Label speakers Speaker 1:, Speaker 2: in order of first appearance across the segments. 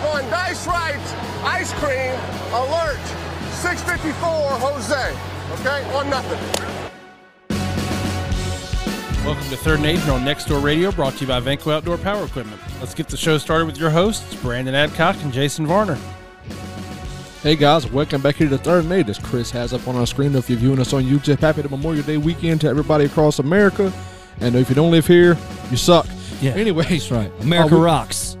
Speaker 1: Price Right ice cream alert. 654 Jose. Okay, one nothing.
Speaker 2: Welcome to Third and Eight here on Next Door Radio, brought to you by Venco Outdoor Power Equipment. Let's get the show started with your hosts, Brandon Adcock and Jason Varner.
Speaker 3: Hey guys, welcome back here to Third and Eight. As Chris has up on our screen, if you're viewing us on YouTube, happy Memorial Day weekend to everybody across America. And if you don't live here, you suck.
Speaker 4: Yeah,
Speaker 3: Anyway,
Speaker 4: that's right. America
Speaker 3: Oh, we-
Speaker 4: rocks.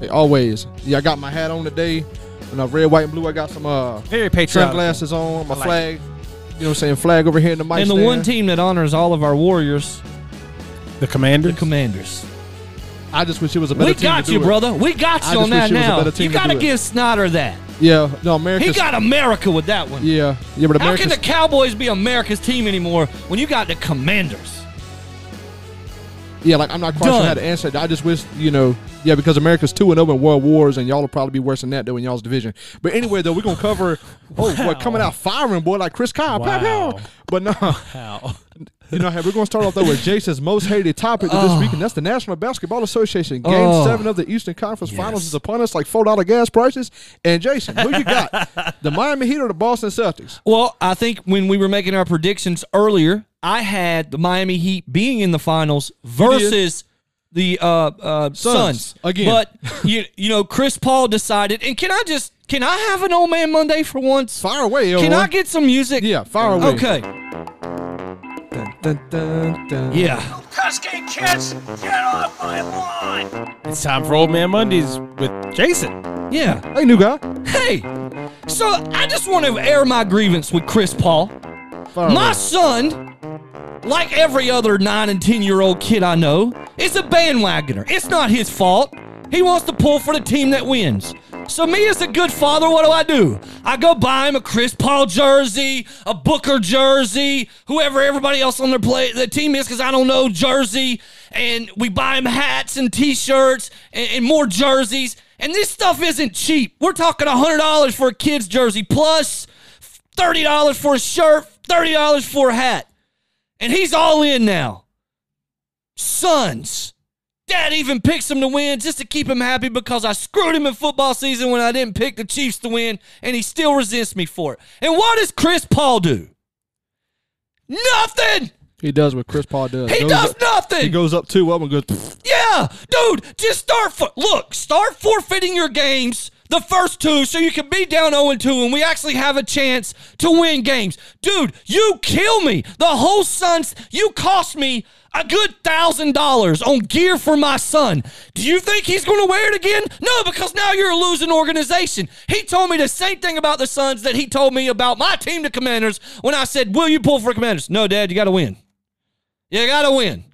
Speaker 3: Hey, always. Yeah, I got my hat on today, and I've red, white, and blue. I got some uh
Speaker 2: Very patriotic.
Speaker 3: sunglasses on, my
Speaker 2: I like
Speaker 3: flag. You know, what I'm saying flag over here in the mic.
Speaker 4: And the
Speaker 3: stand.
Speaker 4: one team that honors all of our warriors,
Speaker 2: The commander.
Speaker 4: the Commanders.
Speaker 3: I just wish it was a better
Speaker 4: We
Speaker 3: team. to
Speaker 4: got
Speaker 3: do
Speaker 4: you,
Speaker 3: it.
Speaker 4: brother. We got
Speaker 3: I
Speaker 4: you on
Speaker 3: just wish
Speaker 4: that
Speaker 3: it was a
Speaker 4: now.
Speaker 3: better team
Speaker 4: You
Speaker 3: to
Speaker 4: got to
Speaker 3: do it.
Speaker 4: give Snyder that.
Speaker 3: Yeah, no,
Speaker 4: He
Speaker 3: America's.
Speaker 4: got America with that one.
Speaker 3: yeah, yeah, but
Speaker 4: How can
Speaker 3: America's.
Speaker 4: the Cowboys be America's team anymore when you got the Commanders?
Speaker 3: yeah, like I'm not quite sure
Speaker 4: Done.
Speaker 3: how to answer that. I just wish you know. Yeah, because America's two and over in world wars, and y'all will probably be worse than that though in y'all's division. But anyway, though, we're gonna cover. Oh, boy, coming out firing, boy, like Chris Kyle. Pow, pow.
Speaker 2: Wow.
Speaker 3: But no,
Speaker 2: How?
Speaker 3: You know, hey, we're going to start off though with Jason's most hated topic of this week, and that's the National Basketball Association. Game
Speaker 4: Oh.
Speaker 3: seven of the Eastern Conference Finals
Speaker 4: Yes.
Speaker 3: is upon us, like four dollar gas prices. And Jason, who you got? the Miami Heat or the Boston Celtics?
Speaker 4: Well, I think when we were making our predictions earlier, I had the Miami Heat being in the finals versus the uh, uh, Suns
Speaker 3: again.
Speaker 4: But you, you know, Chris Paul decided. And can I just can I have an old man Monday for once?
Speaker 3: Fire away,
Speaker 4: Can I
Speaker 3: Elroy.
Speaker 4: get some music?
Speaker 3: Yeah, fire away.
Speaker 4: Okay. Yeah.
Speaker 5: Husky kids, get off my lawn!
Speaker 2: It's time for Old Man Mondays with Jason.
Speaker 4: Yeah.
Speaker 3: Hey, new guy.
Speaker 4: Hey, so I just want to air my grievance with Chris Paul.
Speaker 3: Fire
Speaker 4: My
Speaker 3: away.
Speaker 4: son, like every other nine and 10 year old kid I know, is a bandwagoner. It's not his fault. He wants to pull for the team that wins. So, me as a good father, what do I do? I go buy him a Chris Paul jersey, a Booker jersey, whoever everybody else on their play the team is, because I don't know jersey. And we buy him hats and T-shirts and, and more jerseys. And this stuff isn't cheap. We're talking hundred dollars for a kid's jersey plus thirty dollars for a shirt, thirty dollars for a hat, and he's all in now. Sons, dad even picks him to win just to keep him happy because I screwed him in football season when I didn't pick the Chiefs to win, and he still resents me for it. And what does Chris Paul do? Nothing.
Speaker 3: He does what Chris Paul does.
Speaker 4: He
Speaker 3: Goes
Speaker 4: does
Speaker 3: up-
Speaker 4: nothing.
Speaker 3: He goes up two up and goes. "Pfft."
Speaker 4: Yeah, dude, just start for look, start forfeiting your games, the first two, so you can be down 0-2 and we actually have a chance to win games. Dude, you kill me. The whole Suns, you cost me a good thousand dollars on gear for my son. Do you think he's gonna wear it again? No, because now you're a losing organization. He told me the same thing about the Suns that he told me about my team, the commanders, when I said, Will you pull for commanders? No, Dad, you gotta win. You gotta win.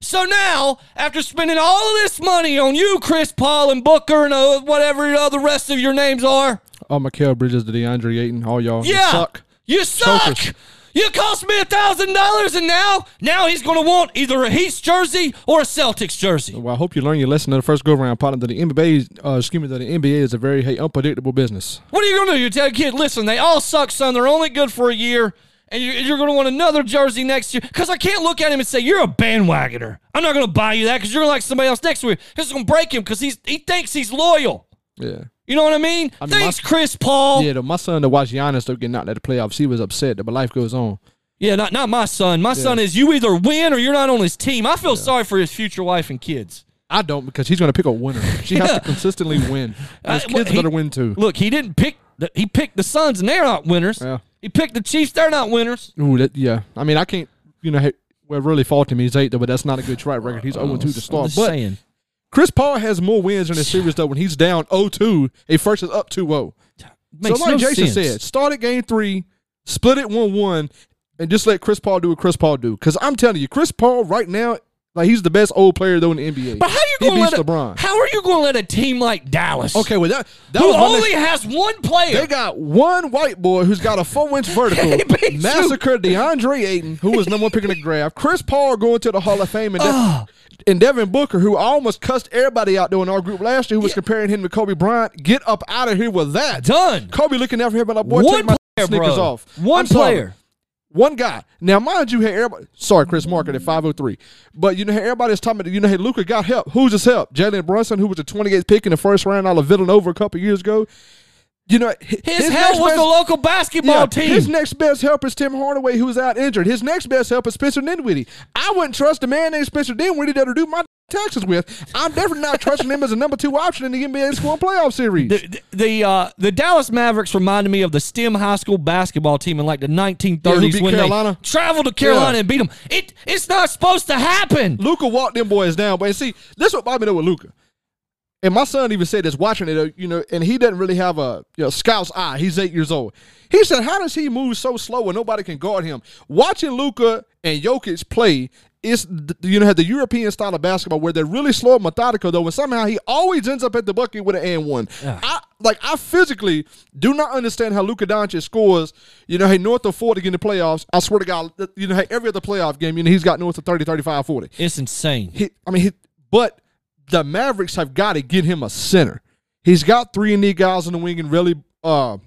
Speaker 4: So now, after spending all of this money on you, Chris Paul and Booker and uh, whatever uh, the rest of your names are,
Speaker 3: Oh, Mikael Bridges to DeAndre Ayton. All y'all. you
Speaker 4: yeah,
Speaker 3: suck.
Speaker 4: you suck.
Speaker 3: Chokers.
Speaker 4: You cost me a thousand dollars, and now, now he's gonna want either a Heat's jersey or a Celtics jersey.
Speaker 3: Well, I hope you learn your lesson in the first go round, partner. That the NBA, uh, excuse me, that the NBA is a very hey, unpredictable business.
Speaker 4: What are you gonna do? You tell a kid, listen, they all suck, son. They're only good for a year, and you're, you're gonna want another jersey next year. Because I can't look at him and say you're a bandwagoner. I'm not gonna buy you that because you're gonna like somebody else next year. This is gonna break him because he's he thinks he's loyal.
Speaker 3: Yeah.
Speaker 4: You know what I mean?
Speaker 3: mean,
Speaker 4: Thanks,
Speaker 3: my-
Speaker 4: Chris Paul.
Speaker 3: Yeah, though, my son to watch Giannis though get knocked out of the playoffs, he was upset, but life goes on.
Speaker 4: Yeah, not not my son. My son is you either win or you're not on his team. I feel sorry for his future wife and kids.
Speaker 3: I don't because he's going to pick a winner. She has to consistently win. And his
Speaker 4: Uh, well,
Speaker 3: kids
Speaker 4: he-
Speaker 3: better win too.
Speaker 4: Look, he didn't pick. The, he picked the Suns and they're not winners.
Speaker 3: Yeah.
Speaker 4: He picked the Chiefs. They're not winners.
Speaker 3: Ooh, that, yeah. I mean, I can't. You know, hey, well, really fault him. He's eight though, but that's not a good track record. He's zero two Oh, to
Speaker 4: I'm
Speaker 3: start.
Speaker 4: just
Speaker 3: But
Speaker 4: saying.
Speaker 3: Chris Paul has more wins in the series though. When he's down 0-2, he first is up 2-0. So
Speaker 4: Makes
Speaker 3: like
Speaker 4: no
Speaker 3: Jason
Speaker 4: sense.
Speaker 3: said, start at game three, split it one one, and just let Chris Paul do what Chris Paul do. Because I'm telling you, Chris Paul right now, like he's the best old player though in the NBA.
Speaker 4: But how you
Speaker 3: he
Speaker 4: going to
Speaker 3: beats
Speaker 4: let a,
Speaker 3: LeBron?
Speaker 4: How are you going to let a team like Dallas,
Speaker 3: okay, well that that
Speaker 4: who
Speaker 3: was my next-
Speaker 4: only has one player,
Speaker 3: They got one white boy who's got a four inch vertical.
Speaker 4: He beat you.
Speaker 3: massacred DeAndre Ayton, who was number one pick in the draft. Chris Paul going to the Hall of Fame, and, De-
Speaker 4: Ah.
Speaker 3: and Devin Booker, who almost cussed everybody out there in our group last year, who was comparing him to Kobe Bryant. Get up out of here with that.
Speaker 4: Done.
Speaker 3: Kobe looking after him, but like, boy,
Speaker 4: one
Speaker 3: take my
Speaker 4: player,
Speaker 3: sneakers
Speaker 4: bro.
Speaker 3: off.
Speaker 4: One
Speaker 3: I'm sorry.
Speaker 4: player.
Speaker 3: One guy. Now, mind you, hey, everybody. Sorry, Chris Market at five hundred three. But you know, hey, everybody's talking about. You know, hey, Luca got help. Who's his help? Jalen Brunson, who was a twenty eighth pick in the first round out of Villanova a couple years ago. You know, his,
Speaker 4: His,
Speaker 3: next
Speaker 4: hell was
Speaker 3: best-
Speaker 4: the local basketball team.
Speaker 3: His next best help is Tim Hardaway, who's out injured. His next best help is Spencer Dinwiddie. I wouldn't trust a man named Spencer Dinwiddie to do my taxes with. I'm definitely not trusting him as a number two option in the NBA score playoff series.
Speaker 4: the the uh, the Dallas Mavericks reminded me of the STEM high school basketball team in like the 1930s
Speaker 3: Yeah, who beat
Speaker 4: when
Speaker 3: Carolina?
Speaker 4: they traveled to Carolina
Speaker 3: Yeah.
Speaker 4: and beat them. It it's not supposed to happen.
Speaker 3: Luca walked them boys down, but see, this what bothered me though with Luca. And my son even said this watching it, uh, you know, and he doesn't really have a you know, scout's eye. He's eight years old. He said, "How does he move so slow and nobody can guard him?" Watching Luca and Jokic play, it's th- you know had the European style of basketball where they're really slow and methodical though, and somehow he always ends up at the bucket with an and one. I like I physically do not understand how Luka Doncic scores. You know, hey, north of forty in the playoffs. I swear to God, th- you know, hey, every other playoff game, you know, he's got north of 30, 35, 40
Speaker 4: It's insane.
Speaker 3: he, I mean, he, but the Mavericks have got to get him a center. He's got three and D guys on the wing and really, uh,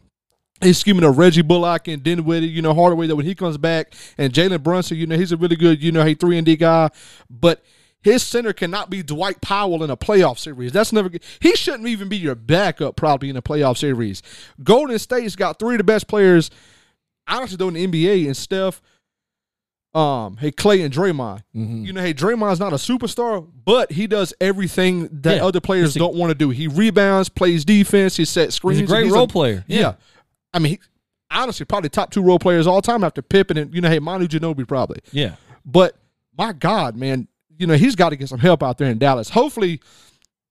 Speaker 3: he's scheming a Reggie Bullock and Dinwiddie, you know, Hardaway that when he comes back and Jalen Brunson, you know, he's a really good, you know, hey, three and D guy, but his center cannot be Dwight Powell in a playoff series. That's never good. He shouldn't even be your backup probably in a playoff series. Golden State's got three of the best players, honestly, though, in the NBA and Steph, um, hey, Clay and Draymond.
Speaker 4: Mm-hmm.
Speaker 3: You know, hey, Draymond's not a superstar, but he does everything that
Speaker 4: Yeah,
Speaker 3: other players
Speaker 4: he's a-
Speaker 3: don't want to do. He rebounds, plays defense, he sets screens.
Speaker 4: He's a great
Speaker 3: and
Speaker 4: role player.
Speaker 3: Yeah. I mean, he, honestly, probably top two role players all time after Pippen and, you know, hey, Manu Ginobili probably.
Speaker 4: Yeah.
Speaker 3: But my God, man, you know, he's got to get some help out there in Dallas. Hopefully,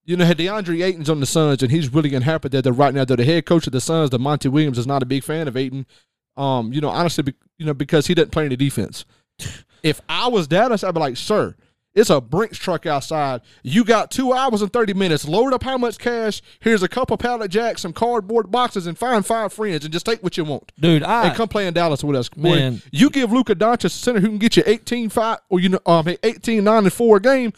Speaker 3: you know, DeAndre Ayton's on the Suns, and he's really unhappy that they're right now. Though the head coach of the Suns, the Monty Williams, is not a big fan of Ayton. Um, you know, honestly, be, you know, because he doesn't play any defense. if I was Dallas, I'd be like, sir, it's a Brinks truck outside. You got two hours and thirty minutes. Load up how much cash. Here's a couple pallet jacks, some cardboard boxes, and find five friends, and just take what you want
Speaker 4: Dude, I
Speaker 3: and come play in Dallas with us. Boy,
Speaker 4: Man.
Speaker 3: you give Luka Doncic a center who can get you 18 5 or you know um 18 9 and 4 a game.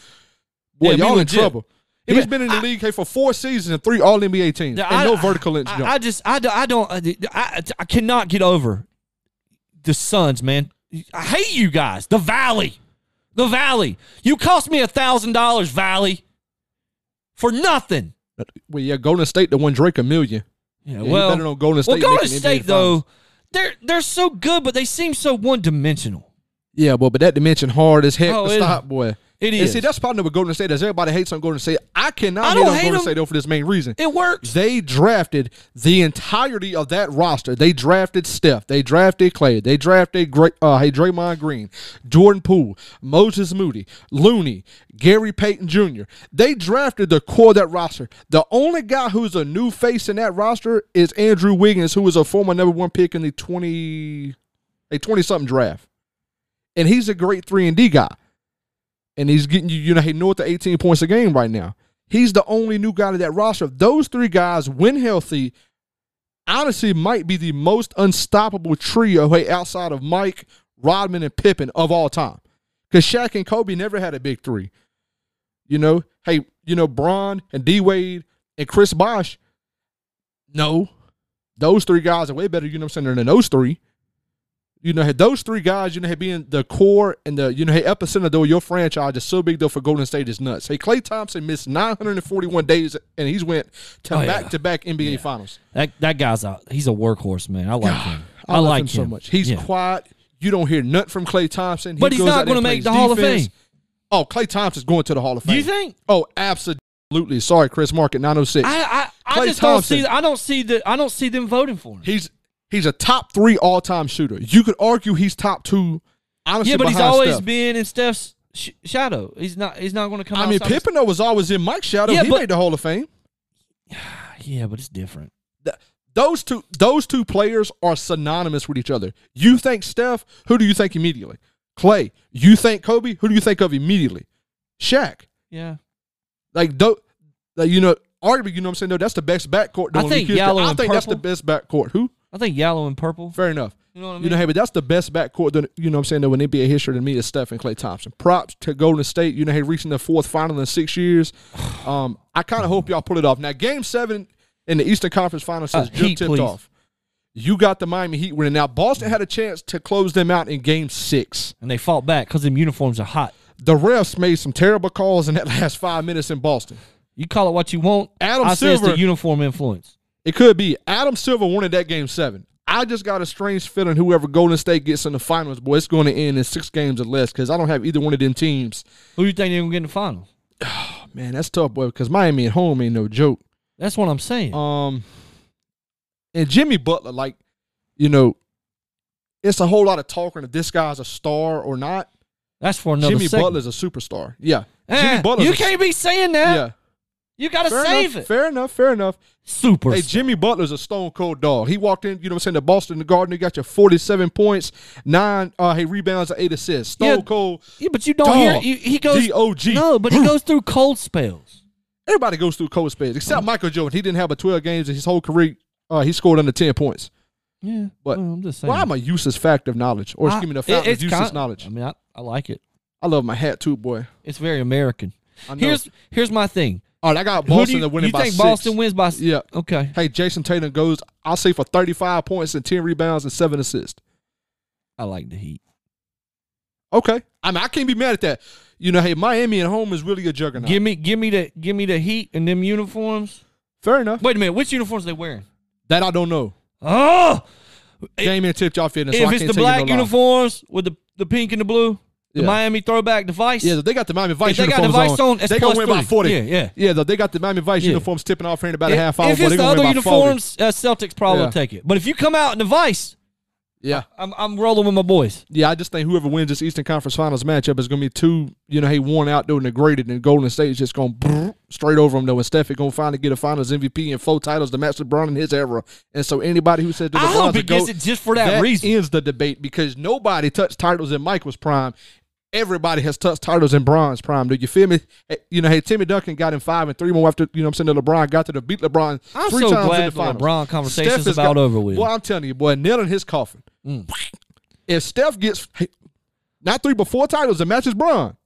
Speaker 3: Boy,
Speaker 4: Yeah, be
Speaker 3: y'all in
Speaker 4: legit.
Speaker 3: trouble.
Speaker 4: Yeah,
Speaker 3: He's
Speaker 4: but
Speaker 3: been in the league hey, for four seasons and three All NBA teams
Speaker 4: Yeah,
Speaker 3: and
Speaker 4: I-
Speaker 3: no vertical inch
Speaker 4: I,
Speaker 3: jump.
Speaker 4: I just I, do- I don't I, I, I cannot get over the Suns, man. I hate you guys. The Valley, the Valley. You cost me a thousand dollars, Valley, for nothing.
Speaker 3: well, yeah, Golden State the one Drake a million.
Speaker 4: Yeah,
Speaker 3: you
Speaker 4: well,
Speaker 3: better know Golden State
Speaker 4: well, Golden
Speaker 3: making NBA
Speaker 4: State though, they're they're so good, but they seem so one dimensional.
Speaker 3: Yeah, boy, but that dimension hard as heck
Speaker 4: Oh,
Speaker 3: to
Speaker 4: it-
Speaker 3: stop, boy. And
Speaker 4: it is.
Speaker 3: see, that's probably what Golden State is. Everybody hates on Golden State. I cannot
Speaker 4: I
Speaker 3: hate
Speaker 4: don't
Speaker 3: on
Speaker 4: hate
Speaker 3: Golden
Speaker 4: them.
Speaker 3: State though for this main reason.
Speaker 4: It works.
Speaker 3: They drafted the entirety of that roster. They drafted Steph. They drafted Clay. They drafted Gra- uh, hey Draymond Green, Jordan Poole, Moses Moody, Looney, Gary Payton Jr. They drafted the core of that roster. The only guy who's a new face in that roster is Andrew Wiggins, who was a former number one pick in the twenty a twenty something draft, and he's a great three and D guy and he's getting you, you know, he north of 18 points a game right now. He's the only new guy to that roster. Those three guys, when healthy, honestly might be the most unstoppable trio hey, outside of Mike, Rodman, and Pippen of all time. Because Shaq and Kobe never had a big three. You know, hey, you know, Braun and D Wade and Chris Bosh. No. Those three guys are way better, you know what I'm saying, than those three you know, had those three guys, you know, had being the core and the, you know, hey, epicenter though, your franchise is so big though for Golden State is nuts. Hey, Clay Thompson missed 941 days and he's went to
Speaker 4: Oh, yeah.
Speaker 3: back to back NBA finals.
Speaker 4: That that guy's a he's a workhorse, man. I like him. I,
Speaker 3: love
Speaker 4: like
Speaker 3: him, so much. He's
Speaker 4: Yeah.
Speaker 3: quiet. You don't hear nothing from Clay Thompson.
Speaker 4: But he's
Speaker 3: goes
Speaker 4: not
Speaker 3: out there
Speaker 4: gonna
Speaker 3: and
Speaker 4: make
Speaker 3: plays
Speaker 4: the Hall of
Speaker 3: defense.
Speaker 4: Fame.
Speaker 3: Oh, Clay Thompson's going to the Hall of Fame.
Speaker 4: You think?
Speaker 3: Oh, absolutely. Sorry, Chris Mark at 906.
Speaker 4: I I, I
Speaker 3: Klay
Speaker 4: just
Speaker 3: Thompson.
Speaker 4: don't see I don't see the I don't see them voting for him.
Speaker 3: he's he's a top three all time shooter. You could argue he's top two. Honestly,
Speaker 4: yeah, but he's
Speaker 3: behind
Speaker 4: always
Speaker 3: Steph.
Speaker 4: been in Steph's sh- shadow. He's not. He's not going to come.
Speaker 3: I mean,
Speaker 4: outside of-
Speaker 3: Pippen though, was always in Mike's shadow.
Speaker 4: Yeah,
Speaker 3: he
Speaker 4: but-
Speaker 3: made the Hall of Fame.
Speaker 4: Yeah, but it's different.
Speaker 3: th- those two those two players are synonymous with each other. You think Steph, who do you think immediately? Clay, you think Kobe, who do you think of immediately? Shaq.
Speaker 4: Yeah,
Speaker 3: Like do like, you know, arguably, you know what I'm saying? No, that's the best backcourt.
Speaker 4: I
Speaker 3: though,
Speaker 4: think
Speaker 3: Luke Kidman.
Speaker 4: Yallo
Speaker 3: I
Speaker 4: and
Speaker 3: think that's the
Speaker 4: Purple.
Speaker 3: best backcourt. Who?
Speaker 4: I think yellow and purple.
Speaker 3: Fair enough.
Speaker 4: You know what I mean?
Speaker 3: You know, hey, but that's the best backcourt, that, you know what I'm saying, though, in NBA history to me is Steph and Clay Thompson. Props to Golden State, you know, hey, reaching their fourth final in six years. Um, I kind of hope y'all pull it off. Now, game seven in the Eastern Conference Finals has
Speaker 4: Uh,
Speaker 3: just
Speaker 4: Heat,
Speaker 3: tipped
Speaker 4: please.
Speaker 3: off. You got the Miami Heat winning. Now, Boston had a chance to close them out in game six.
Speaker 4: And they fought back because them uniforms are hot.
Speaker 3: The refs made some terrible calls in that last five minutes in Boston.
Speaker 4: You call it what you want.
Speaker 3: Adam
Speaker 4: I say it's the
Speaker 3: Silver-
Speaker 4: uniform influence.
Speaker 3: It could be Adam Silver wanted that game seven. I just got a strange feeling whoever Golden State gets in the finals, boy, it's going to end in six games or less because I don't have either one of them teams.
Speaker 4: Who you think they're gonna get in the final?
Speaker 3: Man, that's tough, boy, because Miami at home ain't no joke.
Speaker 4: That's what I'm saying.
Speaker 3: Um, and Jimmy Butler, like, you know, it's a whole lot of talking if this guy's a star or not.
Speaker 4: That's for another
Speaker 3: Jimmy
Speaker 4: segment.
Speaker 3: Butler's a superstar. Yeah,
Speaker 4: Eh,
Speaker 3: Jimmy Butler's
Speaker 4: you
Speaker 3: a-
Speaker 4: can't be saying that.
Speaker 3: Yeah,
Speaker 4: You gotta
Speaker 3: fair
Speaker 4: save
Speaker 3: enough,
Speaker 4: it.
Speaker 3: fair enough, fair enough.
Speaker 4: Super.
Speaker 3: Hey, Jimmy Butler's a stone cold dog. He walked in, you know what I'm saying, to Boston the Garden. He got your 47 points, nine uh he rebounds, and eight assists. Stone
Speaker 4: Yeah.
Speaker 3: cold.
Speaker 4: yeah, but you don't hear.
Speaker 3: Dog.
Speaker 4: You, he goes
Speaker 3: D.O.G..
Speaker 4: No, but he goes through cold spells.
Speaker 3: Everybody goes through cold spades except Michael Jordan. He didn't have a 12 games in his whole career. Uh, he scored under 10 points.
Speaker 4: Yeah,
Speaker 3: But-
Speaker 4: well, I'm just saying.
Speaker 3: Well, I'm a useless fact of knowledge, or excuse me, the
Speaker 4: I-
Speaker 3: fountain of
Speaker 4: it- it's
Speaker 3: useless
Speaker 4: kind-
Speaker 3: knowledge.
Speaker 4: I mean, I, I like it.
Speaker 3: I love my hat too, boy.
Speaker 4: It's very American.
Speaker 3: I know.
Speaker 4: Here's here's my thing.
Speaker 3: All right, I got
Speaker 4: Who do
Speaker 3: Boston
Speaker 4: you,
Speaker 3: winning
Speaker 4: you
Speaker 3: by
Speaker 4: think
Speaker 3: six.
Speaker 4: Boston wins by? s-
Speaker 3: Yeah.
Speaker 4: Okay.
Speaker 3: Hey, Jason Tatum goes, I'll say for 35 points and 10 rebounds and seven assists.
Speaker 4: I like the Heat.
Speaker 3: Okay. I mean, I can't be mad at that. You know, hey, Miami at home is really a juggernaut.
Speaker 4: Give me give me the give me the Heat and them uniforms.
Speaker 3: Fair enough.
Speaker 4: Wait a minute. Which uniforms they wearing?
Speaker 3: That I don't know.
Speaker 4: Oh,
Speaker 3: Damian tipped y'all fitness. so
Speaker 4: if
Speaker 3: I
Speaker 4: it's
Speaker 3: can't
Speaker 4: the
Speaker 3: tell you
Speaker 4: black
Speaker 3: no lie.
Speaker 4: uniforms with the the pink and the blue, the
Speaker 3: Yeah.
Speaker 4: Miami throwback device.
Speaker 3: Yeah, they got the Miami Vice
Speaker 4: they got the
Speaker 3: uniforms
Speaker 4: Vice on,
Speaker 3: on.
Speaker 4: it's
Speaker 3: they gonna
Speaker 4: plus
Speaker 3: win by
Speaker 4: three.
Speaker 3: forty.
Speaker 4: Yeah, yeah.
Speaker 3: yeah. Though they got the Miami Vice
Speaker 4: Yeah.
Speaker 3: uniforms tipping off here in about a half hour.
Speaker 4: If
Speaker 3: boy,
Speaker 4: it's
Speaker 3: they
Speaker 4: the
Speaker 3: gonna
Speaker 4: other
Speaker 3: win by 40.
Speaker 4: uniforms, uh, Celtics probably
Speaker 3: Yeah.
Speaker 4: will take it. But if you come out in the Vice,
Speaker 3: Yeah,
Speaker 4: I'm, I'm rolling with my boys.
Speaker 3: yeah. I just think whoever wins this Eastern Conference Finals matchup is gonna be two. You know, hey, worn out doing the graded, and Golden State is just gonna brrr, straight over them. Though, and Steph is gonna finally get a Finals MVP and four titles to match LeBron in his era. And so, anybody who says that
Speaker 4: I
Speaker 3: LeBron's
Speaker 4: hope
Speaker 3: a
Speaker 4: it gets
Speaker 3: GOAT,
Speaker 4: it just for that, reason.
Speaker 3: ends the debate because nobody touched titles in Michael's prime. Everybody has touched titles in bronze prime. Do you feel me? Hey, You know, hey, Timmy Duncan got in five and three more after, you know what I'm saying, the LeBron got to the beat LeBron
Speaker 4: I'm
Speaker 3: three
Speaker 4: so
Speaker 3: times
Speaker 4: glad
Speaker 3: in the
Speaker 4: the
Speaker 3: finals.
Speaker 4: LeBron conversation's
Speaker 3: Steph is
Speaker 4: about over with. Mm.
Speaker 3: Well, I'm telling you, boy, nail in his coffin. If Steph gets hey, not three but four titles and matches Bron,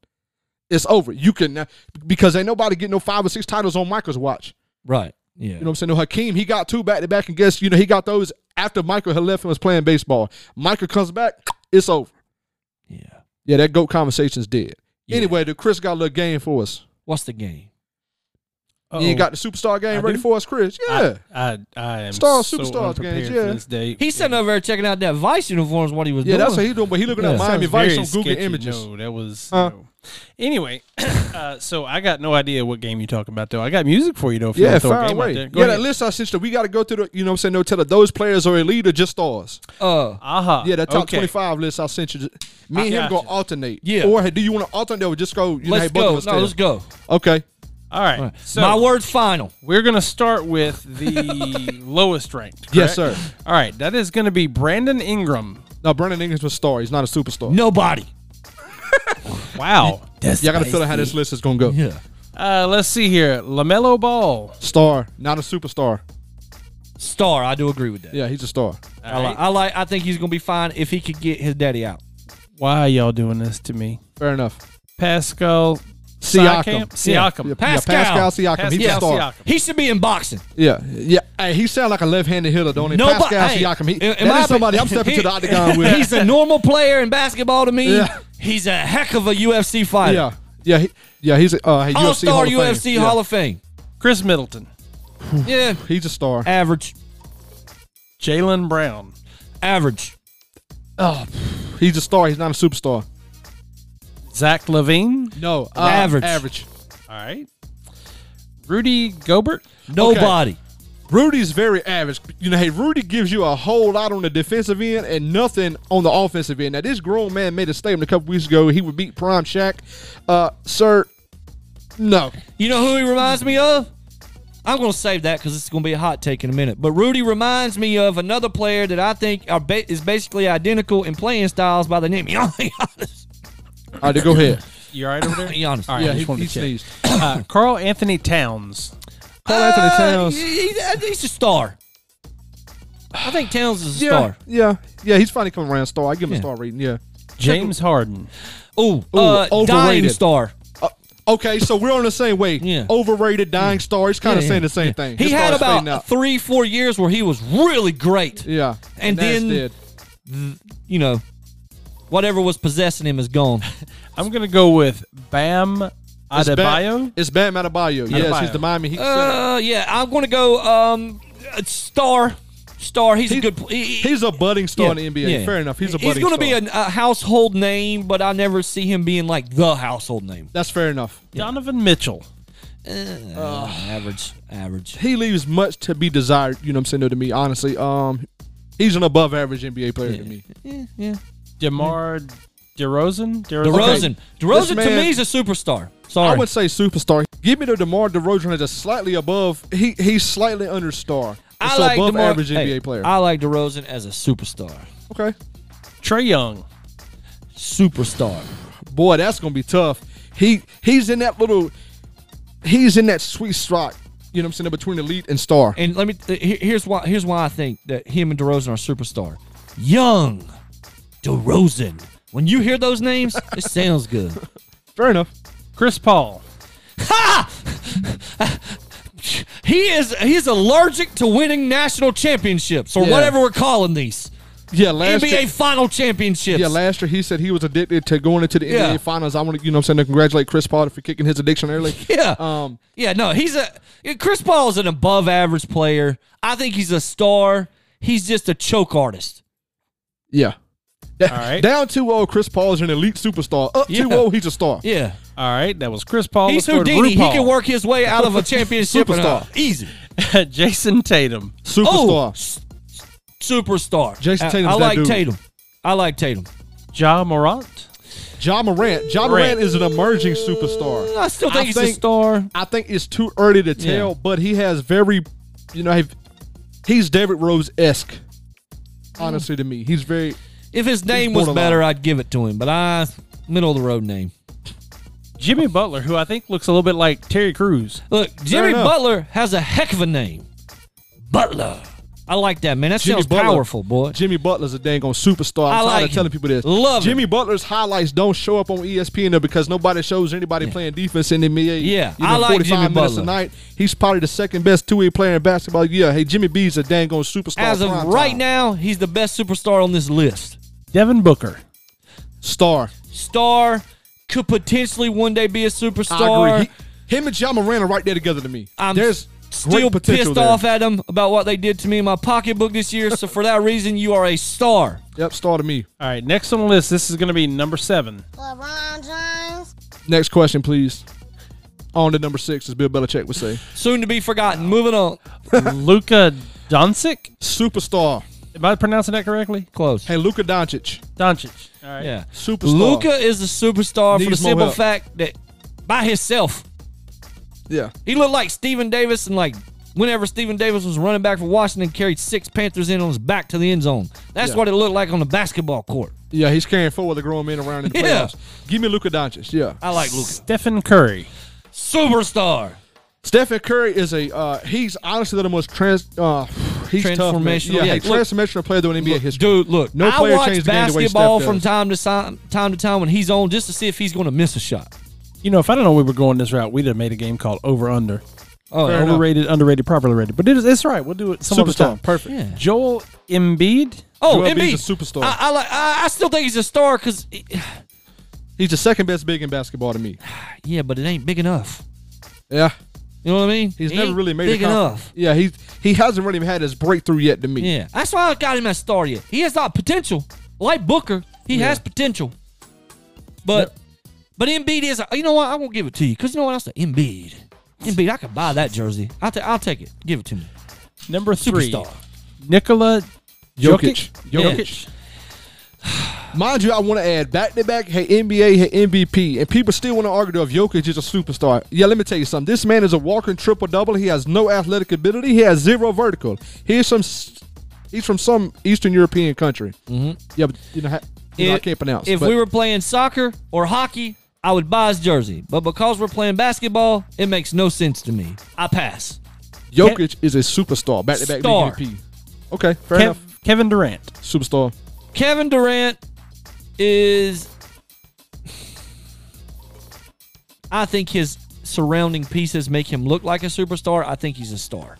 Speaker 3: it's over. You can because ain't nobody getting no five or six titles on Michael's watch.
Speaker 4: Right.
Speaker 3: You
Speaker 4: Yeah.
Speaker 3: know what I'm saying? No, Hakeem, he got two back to back, and guess you know he got those after Michael had left and was playing baseball. Michael comes back, it's over.
Speaker 4: yeah.
Speaker 3: Yeah, that goat conversation's dead.
Speaker 4: Yeah.
Speaker 3: Anyway, the Chris got a little game for us.
Speaker 4: What's the game?
Speaker 3: You
Speaker 2: Uh-oh.
Speaker 3: ain't got the superstar game
Speaker 2: I
Speaker 3: ready
Speaker 2: do?
Speaker 3: for us, Chris? Yeah,
Speaker 2: I, I, I am
Speaker 3: Star-
Speaker 2: so
Speaker 3: superstars
Speaker 2: unprepared
Speaker 3: games,
Speaker 2: for
Speaker 3: yeah.
Speaker 2: this date.
Speaker 4: He's sitting over there checking out that Vice uniforms. What he was
Speaker 3: yeah,
Speaker 4: doing.
Speaker 3: that's what he's doing. But he looking
Speaker 4: Yeah.
Speaker 3: at Miami
Speaker 2: Sounds
Speaker 3: Vice
Speaker 2: very
Speaker 3: on Google
Speaker 2: sketchy.
Speaker 3: Images.
Speaker 2: No, that was.
Speaker 3: Huh?
Speaker 2: no. Anyway, uh, so I got no idea what game you're talking about, though. I got music for you, though. If you
Speaker 3: Yeah,
Speaker 2: wanna throw a
Speaker 3: fire
Speaker 2: game out
Speaker 3: away.
Speaker 2: there.
Speaker 3: Yeah,
Speaker 2: Go
Speaker 3: that
Speaker 2: ahead.
Speaker 3: list I sent you. We got to go through the. You know what I'm saying? No, tell her those players are elite or just stars.
Speaker 4: Uh,
Speaker 2: Aha.
Speaker 3: Yeah, that top
Speaker 2: Uh-huh. okay.
Speaker 3: 25 list I sent you. Me and him
Speaker 2: Gotcha.
Speaker 3: go alternate.
Speaker 4: Yeah.
Speaker 3: Or hey, do you want to alternate or just go? You know, hey,
Speaker 4: let's
Speaker 3: both
Speaker 4: go.
Speaker 3: Of us
Speaker 4: No, let's go.
Speaker 3: Okay.
Speaker 2: All right. So
Speaker 4: My word's final.
Speaker 2: we're going to start with the lowest ranked.
Speaker 3: Yes,
Speaker 2: correct?
Speaker 3: sir.
Speaker 2: All right. That is going to be Brandon Ingram.
Speaker 3: Now, Brandon Ingram's a star. He's not a superstar.
Speaker 4: Nobody.
Speaker 2: Wow.
Speaker 3: Y'all got to feel out how this list is gonna go.
Speaker 4: Yeah.
Speaker 2: Uh, let's see here. LaMelo Ball.
Speaker 3: Star, not a superstar.
Speaker 4: Star. I do agree with that.
Speaker 3: Yeah, he's a star.
Speaker 4: I, like, I like. I think he's gonna be fine if he could get his daddy out.
Speaker 2: Why are y'all doing this to me?
Speaker 3: Fair enough.
Speaker 2: Pascal
Speaker 3: Siakam.
Speaker 2: Siakam. Siakam.
Speaker 3: Yeah,
Speaker 4: Pascal.
Speaker 3: Yeah, Pascal Siakam. he's a
Speaker 2: Pascal
Speaker 3: star.
Speaker 2: Siakam.
Speaker 4: He should be in boxing.
Speaker 3: Yeah, yeah. Hey, he sound like a left-handed hitter, don't he?
Speaker 4: Nobody.
Speaker 3: Pascal
Speaker 4: hey,
Speaker 3: Siakam. He,
Speaker 4: in- in
Speaker 3: that
Speaker 4: my
Speaker 3: is somebody
Speaker 4: opi-
Speaker 3: I'm stepping to the
Speaker 4: he-
Speaker 3: octagon with.
Speaker 4: He's a normal player in basketball to me.
Speaker 3: Yeah.
Speaker 4: He's a heck of a UFC fighter.
Speaker 3: yeah, yeah, he, yeah. He's a uh, hey,
Speaker 4: All
Speaker 3: UFC
Speaker 4: star
Speaker 3: Hall of
Speaker 4: UFC
Speaker 3: Fame.
Speaker 4: Hall of Fame.
Speaker 2: Chris Middleton.
Speaker 4: Yeah.
Speaker 3: Yeah, he's a star.
Speaker 4: Average.
Speaker 2: Jalen Brown.
Speaker 4: Average.
Speaker 3: He's a star. He's not a superstar.
Speaker 2: Zach Levine.
Speaker 3: No, uh,
Speaker 4: Average.
Speaker 3: Average.
Speaker 2: All right. Rudy Gobert.
Speaker 4: Nobody.
Speaker 3: Rudy's very average. You know, hey, Rudy gives you a whole lot on the defensive end and nothing on the offensive end. Now, this grown man made a statement a couple weeks ago. He would beat Prime Shaq. Uh, sir, no.
Speaker 4: You know who he reminds me of? I'm going to save that because it's going to be a hot take in a minute. But Rudy reminds me of another player that I think are ba- is basically identical in playing styles by the name Giannis.
Speaker 3: All right, then go ahead.
Speaker 2: You all right over there?
Speaker 4: Giannis.
Speaker 2: All right,
Speaker 3: Yeah,
Speaker 2: I
Speaker 3: he,
Speaker 2: just wanted
Speaker 3: he
Speaker 2: to check.
Speaker 3: sneezed.
Speaker 2: Uh, Carl Anthony Towns.
Speaker 3: Carl Anthony
Speaker 4: Uh,
Speaker 3: Towns.
Speaker 4: he- he- he's a star. I think Towns is a
Speaker 3: Yeah,
Speaker 4: star.
Speaker 3: yeah, yeah. He's finally coming around. Star. I give him
Speaker 4: Yeah.
Speaker 3: a star rating. Yeah.
Speaker 2: James Harden.
Speaker 4: Ooh, uh, dying
Speaker 3: overrated.
Speaker 4: star.
Speaker 3: Uh, Okay, so we're on the same way.
Speaker 4: Yeah.
Speaker 3: Overrated, dying star. He's kind of
Speaker 4: Yeah,
Speaker 3: saying
Speaker 4: yeah,
Speaker 3: the same
Speaker 4: yeah.
Speaker 3: thing.
Speaker 4: He
Speaker 3: His
Speaker 4: had
Speaker 3: star's fading
Speaker 4: about
Speaker 3: out.
Speaker 4: three, four years where he was really great.
Speaker 3: Yeah,
Speaker 4: and
Speaker 3: that's
Speaker 4: then-
Speaker 3: dead.
Speaker 4: You know, whatever was possessing him is gone.
Speaker 2: I'm going to go with Bam
Speaker 3: It's Bam,
Speaker 2: Adebayo.
Speaker 3: it's Bam Adebayo. Yes, he's
Speaker 2: Adebayo.
Speaker 3: the Miami Heat. center.
Speaker 4: uh, yeah, I'm going to go um, uh, star. Star. He's a good. pl- He, he-
Speaker 3: he's a budding
Speaker 4: yeah,
Speaker 3: star in the NBA.
Speaker 4: yeah.
Speaker 3: Fair enough. He's a budding
Speaker 4: He's gonna
Speaker 3: star.
Speaker 4: be an- a household name, but I never see him being like the household name.
Speaker 3: That's fair enough.
Speaker 2: Donovan Mitchell.
Speaker 3: Uh,
Speaker 4: Uh, average, average.
Speaker 3: He leaves much to be desired. You know what I'm saying though, to me, honestly. Um, he's an above average NBA player to me.
Speaker 2: DeMar DeRozan?
Speaker 4: DeRozan. DeRozan
Speaker 3: This
Speaker 4: to
Speaker 3: man-
Speaker 4: me is a superstar.
Speaker 3: I
Speaker 4: Sorry.
Speaker 3: would say superstar. Give me the DeMar DeRozan as a slightly above. He he's slightly under star.
Speaker 4: I
Speaker 3: It's above
Speaker 4: DeMar-
Speaker 3: average
Speaker 4: hey,
Speaker 3: NBA player.
Speaker 4: I like DeRozan as a superstar.
Speaker 3: okay,
Speaker 2: Trey Young.
Speaker 4: Superstar.
Speaker 3: boy, that's gonna be tough. He he's in that little. He's in that sweet spot. You know what I'm saying between elite and star.
Speaker 4: And let me th- here- here's why here's why I think that him and DeRozan are superstar. Young DeRozan. When you hear those names, it sounds good.
Speaker 3: Fair enough.
Speaker 2: Chris Paul.
Speaker 4: He is he's allergic to winning national championships or
Speaker 3: Yeah.
Speaker 4: whatever we're calling these.
Speaker 3: Yeah, last
Speaker 4: NBA
Speaker 3: year,
Speaker 4: final championships.
Speaker 3: yeah, last year he said he was addicted to going into the
Speaker 4: Yeah.
Speaker 3: NBA finals. I want to, you know, what I'm saying to congratulate Chris Paul for kicking his addiction early.
Speaker 4: Yeah.
Speaker 3: Um,
Speaker 4: yeah, no, he's a Chris Paul is an above average player. I think he's a star. He's just a choke artist.
Speaker 3: Yeah.
Speaker 2: All right.
Speaker 3: Down 2 0, Chris Paul is an elite superstar. Up 2
Speaker 4: Yeah.
Speaker 3: 0, he's a star.
Speaker 4: Yeah.
Speaker 2: All right, that was Chris Paul.
Speaker 4: he's
Speaker 2: Let's go to
Speaker 4: Houdini. He
Speaker 2: RuPaul.
Speaker 4: can work his way out of a championship in a-
Speaker 3: Superstar.
Speaker 4: easy.
Speaker 2: Jason Tatum.
Speaker 3: Superstar.
Speaker 4: Oh, s- superstar.
Speaker 3: Jason
Speaker 4: I-
Speaker 3: Tatum's
Speaker 4: I,
Speaker 3: that
Speaker 4: like
Speaker 3: dude.
Speaker 4: Tatum. I like Tatum.
Speaker 2: Ja Morant.
Speaker 3: Ja Morant. Ja Morant
Speaker 2: Morant.
Speaker 3: is an emerging superstar.
Speaker 4: I still think
Speaker 3: I
Speaker 4: he's
Speaker 3: think-
Speaker 4: a star.
Speaker 3: I think it's too early to tell,
Speaker 4: Yeah.
Speaker 3: but he has very, you know, he- he's David Rose esque, honestly, to me. He's very.
Speaker 4: If his name was
Speaker 3: borderline.
Speaker 4: better, I'd give it to him. But I middle of the road name.
Speaker 2: Jimmy Butler, who I think looks a little bit like Terry Crews.
Speaker 4: Look, Jimmy
Speaker 3: enough.
Speaker 4: Butler has a heck of a name. Butler. I like that man. That
Speaker 3: Jimmy
Speaker 4: sounds
Speaker 3: Butler-
Speaker 4: powerful, boy.
Speaker 3: Jimmy Butler's a dang on superstar. I'm
Speaker 4: I
Speaker 3: tired
Speaker 4: like
Speaker 3: of telling
Speaker 4: him.
Speaker 3: people this.
Speaker 4: Love him.
Speaker 3: Jimmy Butler's highlights don't show up on E ESPN though because nobody shows anybody playing defense in the NBA.
Speaker 4: Yeah,
Speaker 3: you know,
Speaker 4: I like
Speaker 3: 45
Speaker 4: Jimmy
Speaker 3: minutes
Speaker 4: Butler.
Speaker 3: a night. He's probably the second best two way player in basketball. Yeah, hey, Jimmy B's a dang on superstar.
Speaker 4: As of
Speaker 3: prime
Speaker 4: right
Speaker 3: time.
Speaker 4: now, he's the best superstar on this list.
Speaker 2: Devin Booker.
Speaker 3: star.
Speaker 4: Star could potentially one day be a
Speaker 3: I
Speaker 4: superstar.
Speaker 3: agree. He, him and John Moran are right there together to me.
Speaker 4: I'm
Speaker 3: There's
Speaker 4: still
Speaker 3: great potential
Speaker 4: pissed
Speaker 3: there.
Speaker 4: off at him about what they did to me in my pocketbook this year. so for that reason, you are a star.
Speaker 3: Yep, star to me.
Speaker 2: All right, next on the list, this is going to be number seven.
Speaker 5: LeBron James.
Speaker 3: Next question, please. On to number six, as Bill Belichick would say.
Speaker 4: Soon to be forgotten. Moving on.
Speaker 2: Luka Doncic.
Speaker 3: Superstar.
Speaker 2: Am I pronouncing that correctly?
Speaker 4: Close.
Speaker 3: Hey, Luka Doncic.
Speaker 2: Doncic. All right.
Speaker 4: yeah.
Speaker 3: Superstar.
Speaker 4: Luca is a superstar for the
Speaker 3: Needs more
Speaker 4: simple
Speaker 3: help.
Speaker 4: fact that by himself,
Speaker 3: Yeah.
Speaker 4: He looked like Steven Davis and like whenever Steven Davis was running back for Washington, carried six Panthers in on his back to the end zone. That's
Speaker 3: Yeah.
Speaker 4: what it looked like on the basketball court.
Speaker 3: Yeah, he's carrying four other grown men around in the
Speaker 4: Yeah.
Speaker 3: playoffs. Give me Luka Doncic. Uh, Yeah.
Speaker 4: I like Luca.
Speaker 2: Stephen Curry.
Speaker 4: Superstar.
Speaker 3: Stephen Curry is a uh, he's honestly the most trans uh he's tough, man.
Speaker 4: Transformational,
Speaker 3: Yeah,
Speaker 4: yeah.
Speaker 3: hey,
Speaker 4: Look-
Speaker 3: transformational player though in NBA history.
Speaker 4: Dude, look,
Speaker 3: No
Speaker 4: no
Speaker 3: player
Speaker 4: I watch
Speaker 3: changed the game the way Steph
Speaker 4: basketball from
Speaker 3: does.
Speaker 4: time to time, time to time when he's on just to see if he's going to miss a shot.
Speaker 2: You know, if I don't know we were going this route, we'd have made a game called Over Under.
Speaker 4: Oh,
Speaker 3: Fair enough.
Speaker 2: Overrated, underrated, properly rated. But it is, it's right. We'll do it some other
Speaker 3: Superstar.
Speaker 2: time.
Speaker 3: Perfect.
Speaker 4: yeah.
Speaker 2: Joel Embiid.
Speaker 4: Oh,
Speaker 3: Joel
Speaker 4: Embiid.
Speaker 3: Embiid's a superstar.
Speaker 4: I, I, like, I, I still think he's a star because,
Speaker 3: He's the second best big in basketball to me.
Speaker 4: yeah, but it ain't big enough.
Speaker 3: Yeah.
Speaker 4: You know what I mean?
Speaker 3: He's
Speaker 4: It
Speaker 3: never
Speaker 4: ain't
Speaker 3: really made
Speaker 4: big
Speaker 3: a comp-
Speaker 4: enough.
Speaker 3: Yeah, he he hasn't really had his breakthrough yet to me.
Speaker 4: Yeah, that's why I got him as star yet. He has not potential. Like Booker, he has potential. But but Embiid is. You know what? I won't give it to you because you know what else? Embiid, Embiid. I could buy that jersey. I'll, ta- I'll take it. Give it to me.
Speaker 2: Number three.
Speaker 4: Superstar.
Speaker 2: Nikola Jokic.
Speaker 3: Jokic.
Speaker 4: Jokic.
Speaker 3: Mind you, I want to add back to back, hey, NBA, hey, MVP. And people still want to argue if Jokic is a superstar. Yeah, let me tell you something. This man is a walking triple double. He has no athletic ability. He has zero vertical. He is from s- he's from some Eastern European country. Mm-hmm. Yeah, but you know, ha- you know, I
Speaker 4: If-
Speaker 3: can't pronounce.
Speaker 4: If
Speaker 3: but
Speaker 4: we were playing soccer or hockey, I would buy his jersey. But because we're playing basketball, it makes no sense to me. I pass.
Speaker 3: Jokic is a superstar, back to back
Speaker 4: Star.
Speaker 3: MVP. Okay, fair
Speaker 2: Kev-
Speaker 3: enough.
Speaker 2: Kevin Durant.
Speaker 3: Superstar.
Speaker 4: Kevin Durant is I think his surrounding pieces make him look like a superstar. I think he's a star.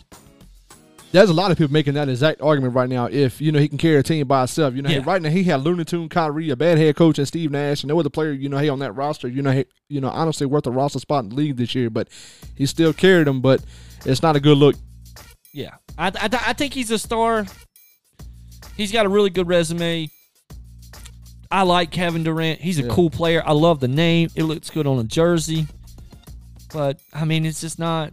Speaker 3: There's a lot of people making that exact argument right now. If you know he can carry a team by himself, you know, hey,
Speaker 4: Yeah.
Speaker 3: right now he had Looney Tune, Kyrie, a bad head coach, and Steve Nash, and no other player. You know, hey, on that roster, you know, hey, you know, honestly, worth a roster spot in the league this year, but he still carried them. But it's not a good look.
Speaker 4: Yeah, I, I, I think he's a star. He's got a really good resume. I like Kevin Durant. He's a cool player. I love the name. It looks good on a jersey. But I mean, it's just not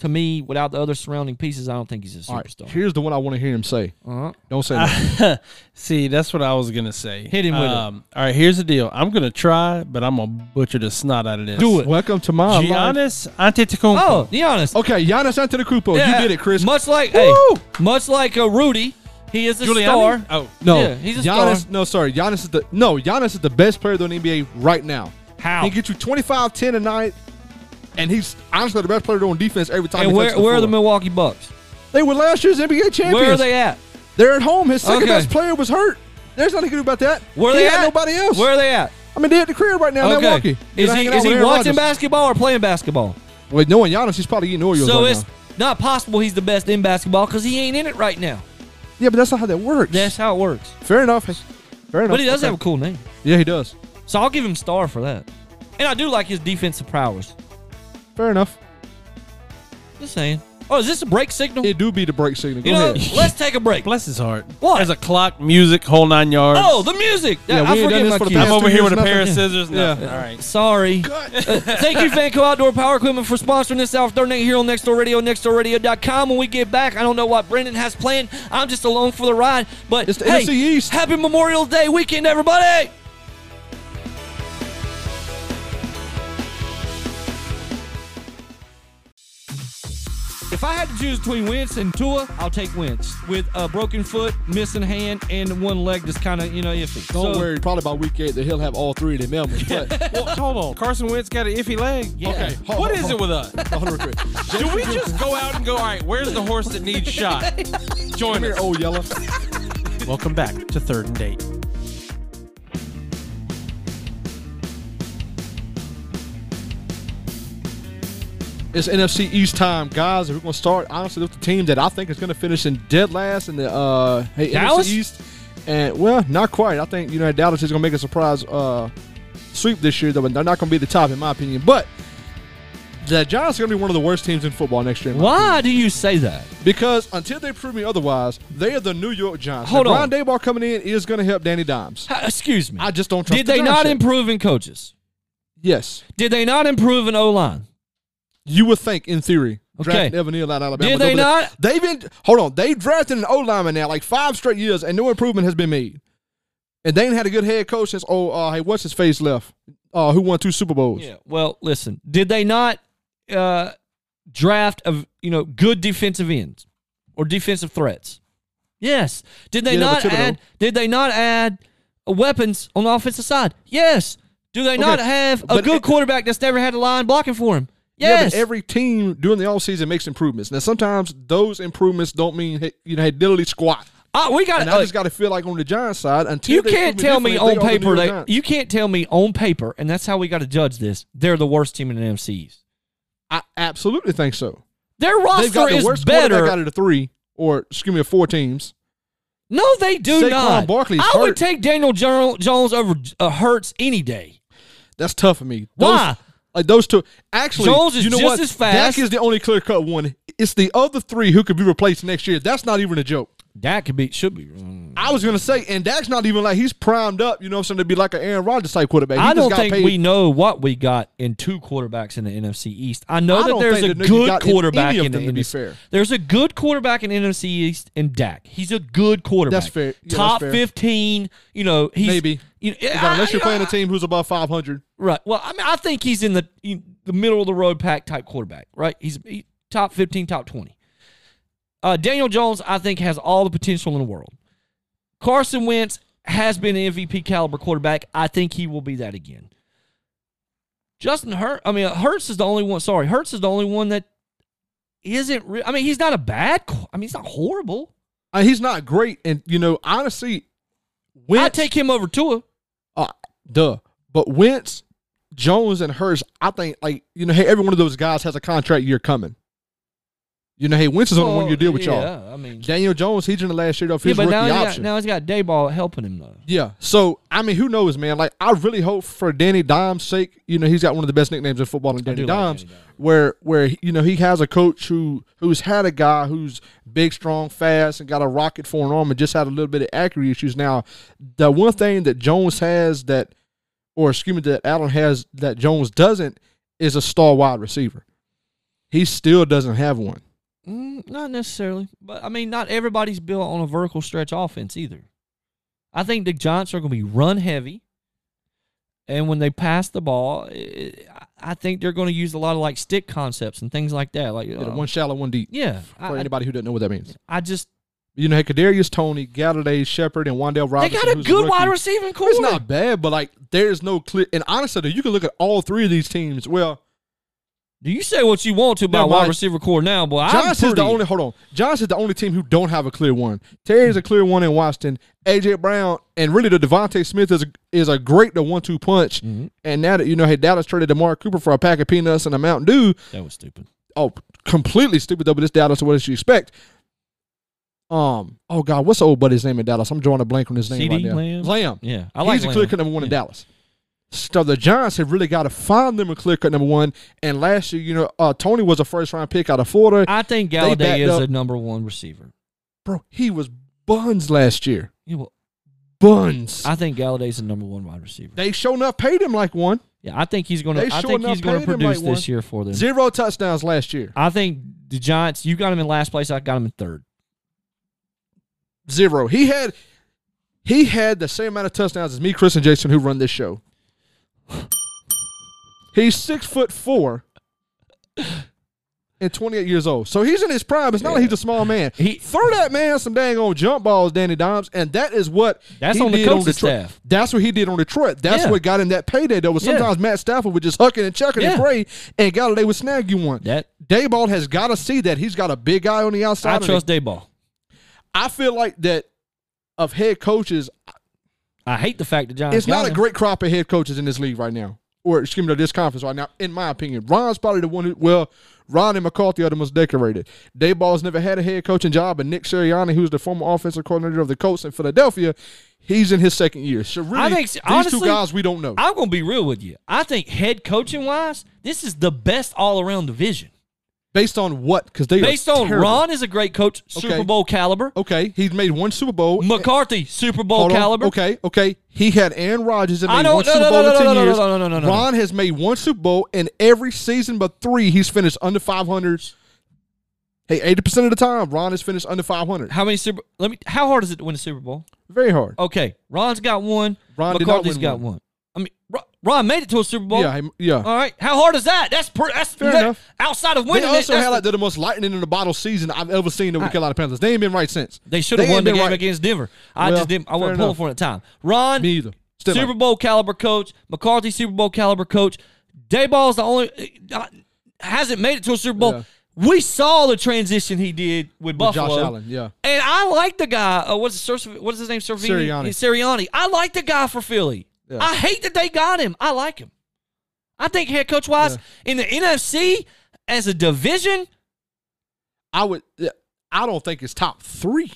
Speaker 4: to me. Without the other surrounding pieces, I don't think he's a
Speaker 3: All right,
Speaker 4: superstar.
Speaker 3: here's the one I want to hear him say.
Speaker 4: Uh-huh.
Speaker 3: Don't say that.
Speaker 2: See, that's what I was gonna say. Um,
Speaker 4: Hit him with it.
Speaker 2: All right, here's the deal. I'm gonna try, but I'm gonna butcher the snot out of this.
Speaker 4: Do it.
Speaker 3: Welcome to my life.
Speaker 2: Giannis Antetokounmpo.
Speaker 4: Oh, be honest.
Speaker 3: Okay, Giannis Antetokounmpo,
Speaker 4: Yeah.
Speaker 3: Oh, you did it, Chris.
Speaker 4: Much like
Speaker 3: Woo!
Speaker 4: hey, much like a Rudy, he is a
Speaker 2: Giuliani?
Speaker 4: star.
Speaker 2: Oh,
Speaker 3: No,
Speaker 4: Yeah, he's a
Speaker 3: Giannis.
Speaker 4: star.
Speaker 3: No, sorry, Giannis is the no. Giannis is the best player in the NBA right now.
Speaker 4: How?
Speaker 3: He gets you 25, 10 a night, and he's honestly the best player on defense every time.
Speaker 4: And
Speaker 3: he
Speaker 4: where
Speaker 3: touches
Speaker 4: where are the
Speaker 3: floor.
Speaker 4: Milwaukee Bucks?
Speaker 3: They were last year's NBA champions.
Speaker 4: Where are they at?
Speaker 3: They're at home. His second
Speaker 4: Okay.
Speaker 3: best player was hurt. There's nothing to do about that.
Speaker 4: Where are
Speaker 3: he
Speaker 4: they
Speaker 3: had
Speaker 4: at?
Speaker 3: nobody else.
Speaker 4: Where are they at?
Speaker 3: I mean, they're at the crib right now in Milwaukee. They're
Speaker 4: Is he
Speaker 3: hanging out
Speaker 4: is
Speaker 3: with
Speaker 4: he
Speaker 3: Aaron
Speaker 4: watching
Speaker 3: Rodgers.
Speaker 4: basketball or playing basketball?
Speaker 3: Well, knowing Giannis, he's probably eating Oreos
Speaker 4: So
Speaker 3: right
Speaker 4: it's
Speaker 3: now.
Speaker 4: not possible he's the best in basketball because he ain't in it right now.
Speaker 3: Yeah, but that's not how that works.
Speaker 4: That's how it works.
Speaker 3: Fair enough. Fair enough.
Speaker 4: But he does
Speaker 3: Okay.
Speaker 4: have a cool name.
Speaker 3: Yeah, he does.
Speaker 4: So I'll give him star for that. And I do like his defensive prowess.
Speaker 3: Fair enough.
Speaker 4: Just saying. Oh, is this a break signal?
Speaker 3: It do be the break signal. Go
Speaker 4: you know,
Speaker 3: ahead.
Speaker 4: let's take a break.
Speaker 2: bless his heart.
Speaker 4: What?
Speaker 2: There's a clock, music, whole nine yards.
Speaker 4: Oh, the music.
Speaker 3: Yeah,
Speaker 4: Yeah,
Speaker 3: we
Speaker 4: I
Speaker 3: ain't done
Speaker 4: forget
Speaker 3: this
Speaker 4: my
Speaker 3: for the
Speaker 4: cue.
Speaker 2: I'm
Speaker 3: past
Speaker 2: over
Speaker 3: two
Speaker 2: here
Speaker 3: years,
Speaker 2: with a pair of
Speaker 3: nothing.
Speaker 2: scissors.
Speaker 3: Yeah.
Speaker 2: Nothing. All right.
Speaker 4: Sorry. Uh, thank you, Fanco Outdoor Power Equipment, for sponsoring this hour of Dirt Night here on Next Door Radio, nextdoorradio.com. When we get back, I don't know what Brendan has planned. I'm just along for the ride. But
Speaker 3: It's the
Speaker 4: hey,
Speaker 3: NFC East.
Speaker 4: happy Memorial Day weekend, everybody. If I had to choose between Wentz and Tua, I'll take Wentz with a broken foot, missing hand, and one leg that's kind of you know iffy.
Speaker 3: Don't
Speaker 4: So-
Speaker 3: worry, probably by week eight that he'll have all three of them elements. But
Speaker 2: Well, hold on. Carson Wentz got an iffy leg.
Speaker 4: Yeah.
Speaker 2: Okay.
Speaker 3: Hold on,
Speaker 2: What is
Speaker 3: hold
Speaker 2: it with us?
Speaker 3: hold on real quick.
Speaker 2: Do we just go out and go, all right, where's the horse that needs shot? Join
Speaker 3: Come here,
Speaker 2: us.
Speaker 3: old yellow.
Speaker 2: Welcome back to Third and Date.
Speaker 3: It's NFC East time, guys. And we're gonna start honestly with the team that I think is gonna finish in dead last in the uh hey
Speaker 4: Dallas?
Speaker 3: NFC East. And well, not quite. I think you know Dallas is gonna make a surprise uh sweep this year, though, but they're not gonna be the top in my opinion. But the Giants are gonna be one of the worst teams in football next year. in my
Speaker 4: Why do you say that?
Speaker 3: Because until they prove me otherwise, they are the New York Giants.
Speaker 4: Hold
Speaker 3: now,
Speaker 4: on.
Speaker 3: Brian Dayball coming in is going to help Danny Dimes.
Speaker 4: Uh, Excuse me.
Speaker 3: I just don't trust.
Speaker 4: Did
Speaker 3: the
Speaker 4: they
Speaker 3: Giants
Speaker 4: not
Speaker 3: yet.
Speaker 4: improve in coaches?
Speaker 3: Yes,
Speaker 4: Did they not improve in O line?
Speaker 3: you would think in theory.
Speaker 4: Okay.
Speaker 3: Drafting Evan Neal out of Alabama.
Speaker 4: Did they
Speaker 3: though, but
Speaker 4: not?
Speaker 3: They've been hold on. They drafted an O lineman now like five straight years, and no improvement has been made. And they ain't had a good head coach since oh uh, hey what's his face left? Uh, who won two Super Bowls?
Speaker 4: Yeah. Well, listen. Did they not uh, draft of you know good defensive ends or defensive threats? Yes. Did they
Speaker 3: Yeah, but
Speaker 4: not
Speaker 3: Thibodeau.
Speaker 4: add? Did they not add weapons on the offensive side? Yes. Do they not have a
Speaker 3: but
Speaker 4: good
Speaker 3: it-
Speaker 4: quarterback that's never had a line blocking for him?
Speaker 3: Yeah,
Speaker 4: Yes.
Speaker 3: but every team during the offseason makes improvements. Now sometimes those improvements don't mean hey, you know hey, diddly squat.
Speaker 4: Ah, we got
Speaker 3: And I just got to feel like on the Giants side until
Speaker 4: you
Speaker 3: they
Speaker 4: can't
Speaker 3: prove
Speaker 4: tell me
Speaker 3: different, they are
Speaker 4: on
Speaker 3: the New
Speaker 4: paper
Speaker 3: York
Speaker 4: they
Speaker 3: Giants.
Speaker 4: you can't tell me on paper, and that's how we got to judge this. They're the worst team in the NFC East.
Speaker 3: I absolutely think so.
Speaker 4: Their
Speaker 3: They've
Speaker 4: roster
Speaker 3: got the
Speaker 4: is
Speaker 3: worst
Speaker 4: better.
Speaker 3: quarterback out of the three, or excuse me, four teams.
Speaker 4: no, they do
Speaker 3: Saquon
Speaker 4: not.
Speaker 3: Barkley's
Speaker 4: I would
Speaker 3: hurt.
Speaker 4: take Daniel Jo- Jones over uh, Hurts any day.
Speaker 3: That's tough for me.
Speaker 4: Why?
Speaker 3: Like those two. Actually,
Speaker 4: Jones is
Speaker 3: you know
Speaker 4: just
Speaker 3: what?
Speaker 4: as fast.
Speaker 3: Dak is the only clear cut one. It's the other three who could be replaced next year. That's not even a joke.
Speaker 4: That could be should be. mm.
Speaker 3: I was gonna say, and Dak's not even like he's primed up. You know, what I'm saying to be like an Aaron Rodgers type quarterback. He
Speaker 4: I
Speaker 3: just
Speaker 4: don't
Speaker 3: got
Speaker 4: think
Speaker 3: paid.
Speaker 4: we know what we got in two quarterbacks in the NFC East. I know
Speaker 3: I
Speaker 4: that
Speaker 3: don't
Speaker 4: there's
Speaker 3: think
Speaker 4: a
Speaker 3: that nigga
Speaker 4: good
Speaker 3: got in
Speaker 4: quarterback
Speaker 3: any of
Speaker 4: in the
Speaker 3: them, to be
Speaker 4: NFC.
Speaker 3: fair.
Speaker 4: There's a good quarterback in NFC East in Dak. He's a good quarterback.
Speaker 3: That's fair. Yeah, that's
Speaker 4: Top
Speaker 3: fair.
Speaker 4: 15. You know, he's
Speaker 3: Maybe.
Speaker 4: You know, I-
Speaker 3: unless you're
Speaker 4: you know,
Speaker 3: playing a team who's above 500.
Speaker 4: Right. Well, I mean, I think he's in the in the middle of the road pack type quarterback. Right. He's he- top fifteen, top twenty. Uh, Daniel Jones, I think, has all the potential in the world. Carson Wentz has been an MVP caliber quarterback. I think he will be that again. Justin Hurt, I mean, Hurts is the only one. Sorry, Hurts is the only one that isn't. Re- I mean, he's not a bad. qu- I mean, he's not horrible.
Speaker 3: Uh, he's not great, and you know, honestly, when
Speaker 4: I take him over Tua.
Speaker 3: Uh, duh. But Wentz, Jones and Hurst, I think, like, you know, hey, every one of those guys has a contract year coming. You know, hey, Wentz is on a one year deal with y'all.
Speaker 4: I mean,
Speaker 3: Daniel Jones, he's in the last year of
Speaker 4: yeah,
Speaker 3: his
Speaker 4: but
Speaker 3: rookie
Speaker 4: now he's, got,
Speaker 3: option.
Speaker 4: now he's got Dayball helping him though.
Speaker 3: Yeah. So I mean, who knows, man? Like, I really hope for Danny Dimes' sake. You know, he's got one of the best nicknames in football, and Danny
Speaker 4: do like
Speaker 3: Dimes,
Speaker 4: Danny
Speaker 3: where where you know he has a coach who who's had a guy who's big, strong, fast, and got a rocket for an arm, and just had a little bit of accuracy issues. Now, the one thing that Jones has that, or excuse me, that Allen has that Jones doesn't is a star wide receiver. He still doesn't have one.
Speaker 4: Mm, not necessarily, but I mean, not everybody's built on a vertical stretch offense either. I think the Giants are going to be run heavy, and when they pass the ball, i I I think they're going to use a lot of like stick concepts and things like that. Like
Speaker 3: You know,
Speaker 4: uh,
Speaker 3: one shallow, one deep.
Speaker 4: yeah,
Speaker 3: For
Speaker 4: I, I,
Speaker 3: anybody who doesn't know what that means,
Speaker 4: I just
Speaker 3: you know, hey, Kadarius Tony, Galladay, Shepard, and Wandale
Speaker 4: they
Speaker 3: Robinson.
Speaker 4: got a
Speaker 3: who's
Speaker 4: good wide
Speaker 3: rookie.
Speaker 4: receiving core.
Speaker 3: It's not bad, but like there's no clear. And honestly, though, you can look at all three of these teams. Well,
Speaker 4: Do you say what you want to about
Speaker 3: Never
Speaker 4: wide
Speaker 3: mind.
Speaker 4: receiver core now, boy? I'm
Speaker 3: Johnson's the
Speaker 4: pretty-
Speaker 3: only. Hold on, Johnson's the only team who don't have a clear one. Terry's a clear one in Washington. AJ Brown and really the Devontae Smith is a, is a great the one two punch.
Speaker 4: Mm-hmm.
Speaker 3: And now that you know, hey, Dallas traded Demar Cooper for a pack of peanuts and a Mountain Dew.
Speaker 4: That was stupid.
Speaker 3: Oh, completely stupid though. But it's Dallas. So what did you expect? Um. Oh God, what's the old buddy's name in Dallas? I'm drawing a blank on his name
Speaker 4: CD
Speaker 3: right now.
Speaker 4: Lamb?
Speaker 3: Lamb.
Speaker 4: Yeah, I like
Speaker 3: he's a clear cut
Speaker 4: Lamb.
Speaker 3: number one in
Speaker 4: Yeah.
Speaker 3: Dallas. So the Giants have really got to find them a clear cut number one. And last year, you know, uh, Tony was a first round pick out of Florida.
Speaker 4: I think
Speaker 3: They
Speaker 4: Galladay
Speaker 3: backed
Speaker 4: is
Speaker 3: up-
Speaker 4: a number one receiver.
Speaker 3: Bro, he was buns last year.
Speaker 4: Yeah, well,
Speaker 3: Buns.
Speaker 4: I think Galladay's a number one wide receiver.
Speaker 3: they sure enough paid him like one.
Speaker 4: Yeah, I think he's going to.
Speaker 3: They
Speaker 4: I
Speaker 3: sure
Speaker 4: think
Speaker 3: enough
Speaker 4: he's going to
Speaker 3: paid him
Speaker 4: produce
Speaker 3: like one.
Speaker 4: this year for them.
Speaker 3: Zero touchdowns last year.
Speaker 4: I think the Giants. You got him in last place. I got him in third.
Speaker 3: Zero. He had he had the same amount of touchdowns as me, Chris, and Jason, who run this show. He's six foot four and 28 years old. So he's in his prime. It's not like he's a small man.
Speaker 4: He-
Speaker 3: Throw that man some dang old jump balls, Danny Dimes, and that is what
Speaker 4: That's
Speaker 3: he
Speaker 4: on the
Speaker 3: did
Speaker 4: coaching
Speaker 3: Detroit.
Speaker 4: staff.
Speaker 3: That's what he did on Detroit. That's
Speaker 4: Yeah.
Speaker 3: what got him that payday, though. But
Speaker 4: Yeah.
Speaker 3: sometimes Matt Stafford would just hucking and chucking
Speaker 4: Yeah.
Speaker 3: and pray, and Galladay would snag you one.
Speaker 4: That-
Speaker 3: Dayball has got to see that. He's got a big guy on the outside.
Speaker 4: I
Speaker 3: and a
Speaker 4: trust Dayball.
Speaker 3: I feel like that of head coaches,
Speaker 4: I hate the fact that Giants.
Speaker 3: it's not
Speaker 4: got
Speaker 3: a
Speaker 4: him.
Speaker 3: great crop of head coaches in this league right now, or excuse me, this conference right now. In my opinion, Ron's probably the one who. Well, Ron and McCarthy are the most decorated. Dayball's never had a head coaching job, and Nick Sirianni, who's the former offensive coordinator of the Colts in Philadelphia, he's in his second year. So really,
Speaker 4: I think
Speaker 3: these
Speaker 4: honestly,
Speaker 3: two guys we don't know.
Speaker 4: I'm going to be real with you. I think head coaching wise, this is the best all around division.
Speaker 3: based on what? Because they
Speaker 4: Based
Speaker 3: are
Speaker 4: on
Speaker 3: terrible.
Speaker 4: Ron is a great coach, Super
Speaker 3: Okay.
Speaker 4: Bowl caliber.
Speaker 3: Okay, he's made one Super Bowl.
Speaker 4: McCarthy, Super Bowl
Speaker 3: Hold on.
Speaker 4: caliber.
Speaker 3: Okay, okay. He had Aaron Rodgers and
Speaker 4: I
Speaker 3: made
Speaker 4: don't-
Speaker 3: one
Speaker 4: no,
Speaker 3: Super
Speaker 4: no,
Speaker 3: Bowl
Speaker 4: no,
Speaker 3: in
Speaker 4: no,
Speaker 3: ten
Speaker 4: no, no,
Speaker 3: years.
Speaker 4: no, no, no, no, no.
Speaker 3: Ron has made one Super Bowl, and every season but three, he's finished under five hundred. Hey, eighty percent of the time, Ron has finished under five hundred.
Speaker 4: How many Super? Let me. How hard is it to win a Super Bowl?
Speaker 3: Very hard.
Speaker 4: Okay, Ron's got one.
Speaker 3: Ron did not
Speaker 4: McCarthy's
Speaker 3: win
Speaker 4: got
Speaker 3: one.
Speaker 4: one. I mean, Ron, Ron made it to a Super Bowl.
Speaker 3: yeah, he- yeah.
Speaker 4: All right. How hard is that? That's per, that's
Speaker 3: Fair
Speaker 4: that-
Speaker 3: enough.
Speaker 4: outside of
Speaker 3: they
Speaker 4: winning. it,
Speaker 3: also
Speaker 4: that's
Speaker 3: had
Speaker 4: the-
Speaker 3: like the, the most lightning in the bottle season I've ever seen over the
Speaker 4: Right.
Speaker 3: Carolina Panthers. They ain't been right since.
Speaker 4: they should have
Speaker 3: ain't
Speaker 4: won the
Speaker 3: been
Speaker 4: game
Speaker 3: right.
Speaker 4: against Denver. I
Speaker 3: Well,
Speaker 4: just didn't. I
Speaker 3: fair
Speaker 4: wasn't pulling
Speaker 3: enough.
Speaker 4: for it at the time. Ron,
Speaker 3: Me either. Still
Speaker 4: Super
Speaker 3: like-
Speaker 4: Bowl caliber coach. McCarthy, Super Bowl caliber coach. Dayball's the only uh, hasn't made it to a Super Bowl.
Speaker 3: Yeah.
Speaker 4: We saw the transition he did with,
Speaker 3: With Josh
Speaker 4: Buffalo.
Speaker 3: Allen, yeah.
Speaker 4: And I like the guy. Uh, what's his, what's his name? Servini?
Speaker 3: Sirianni.
Speaker 4: He's Sirianni. I like the guy for Philly.
Speaker 3: Yeah.
Speaker 4: I hate that they got him. I like him. I think head coach wise in the NFC as a division,
Speaker 3: I would. yeah, I don't think it's top three.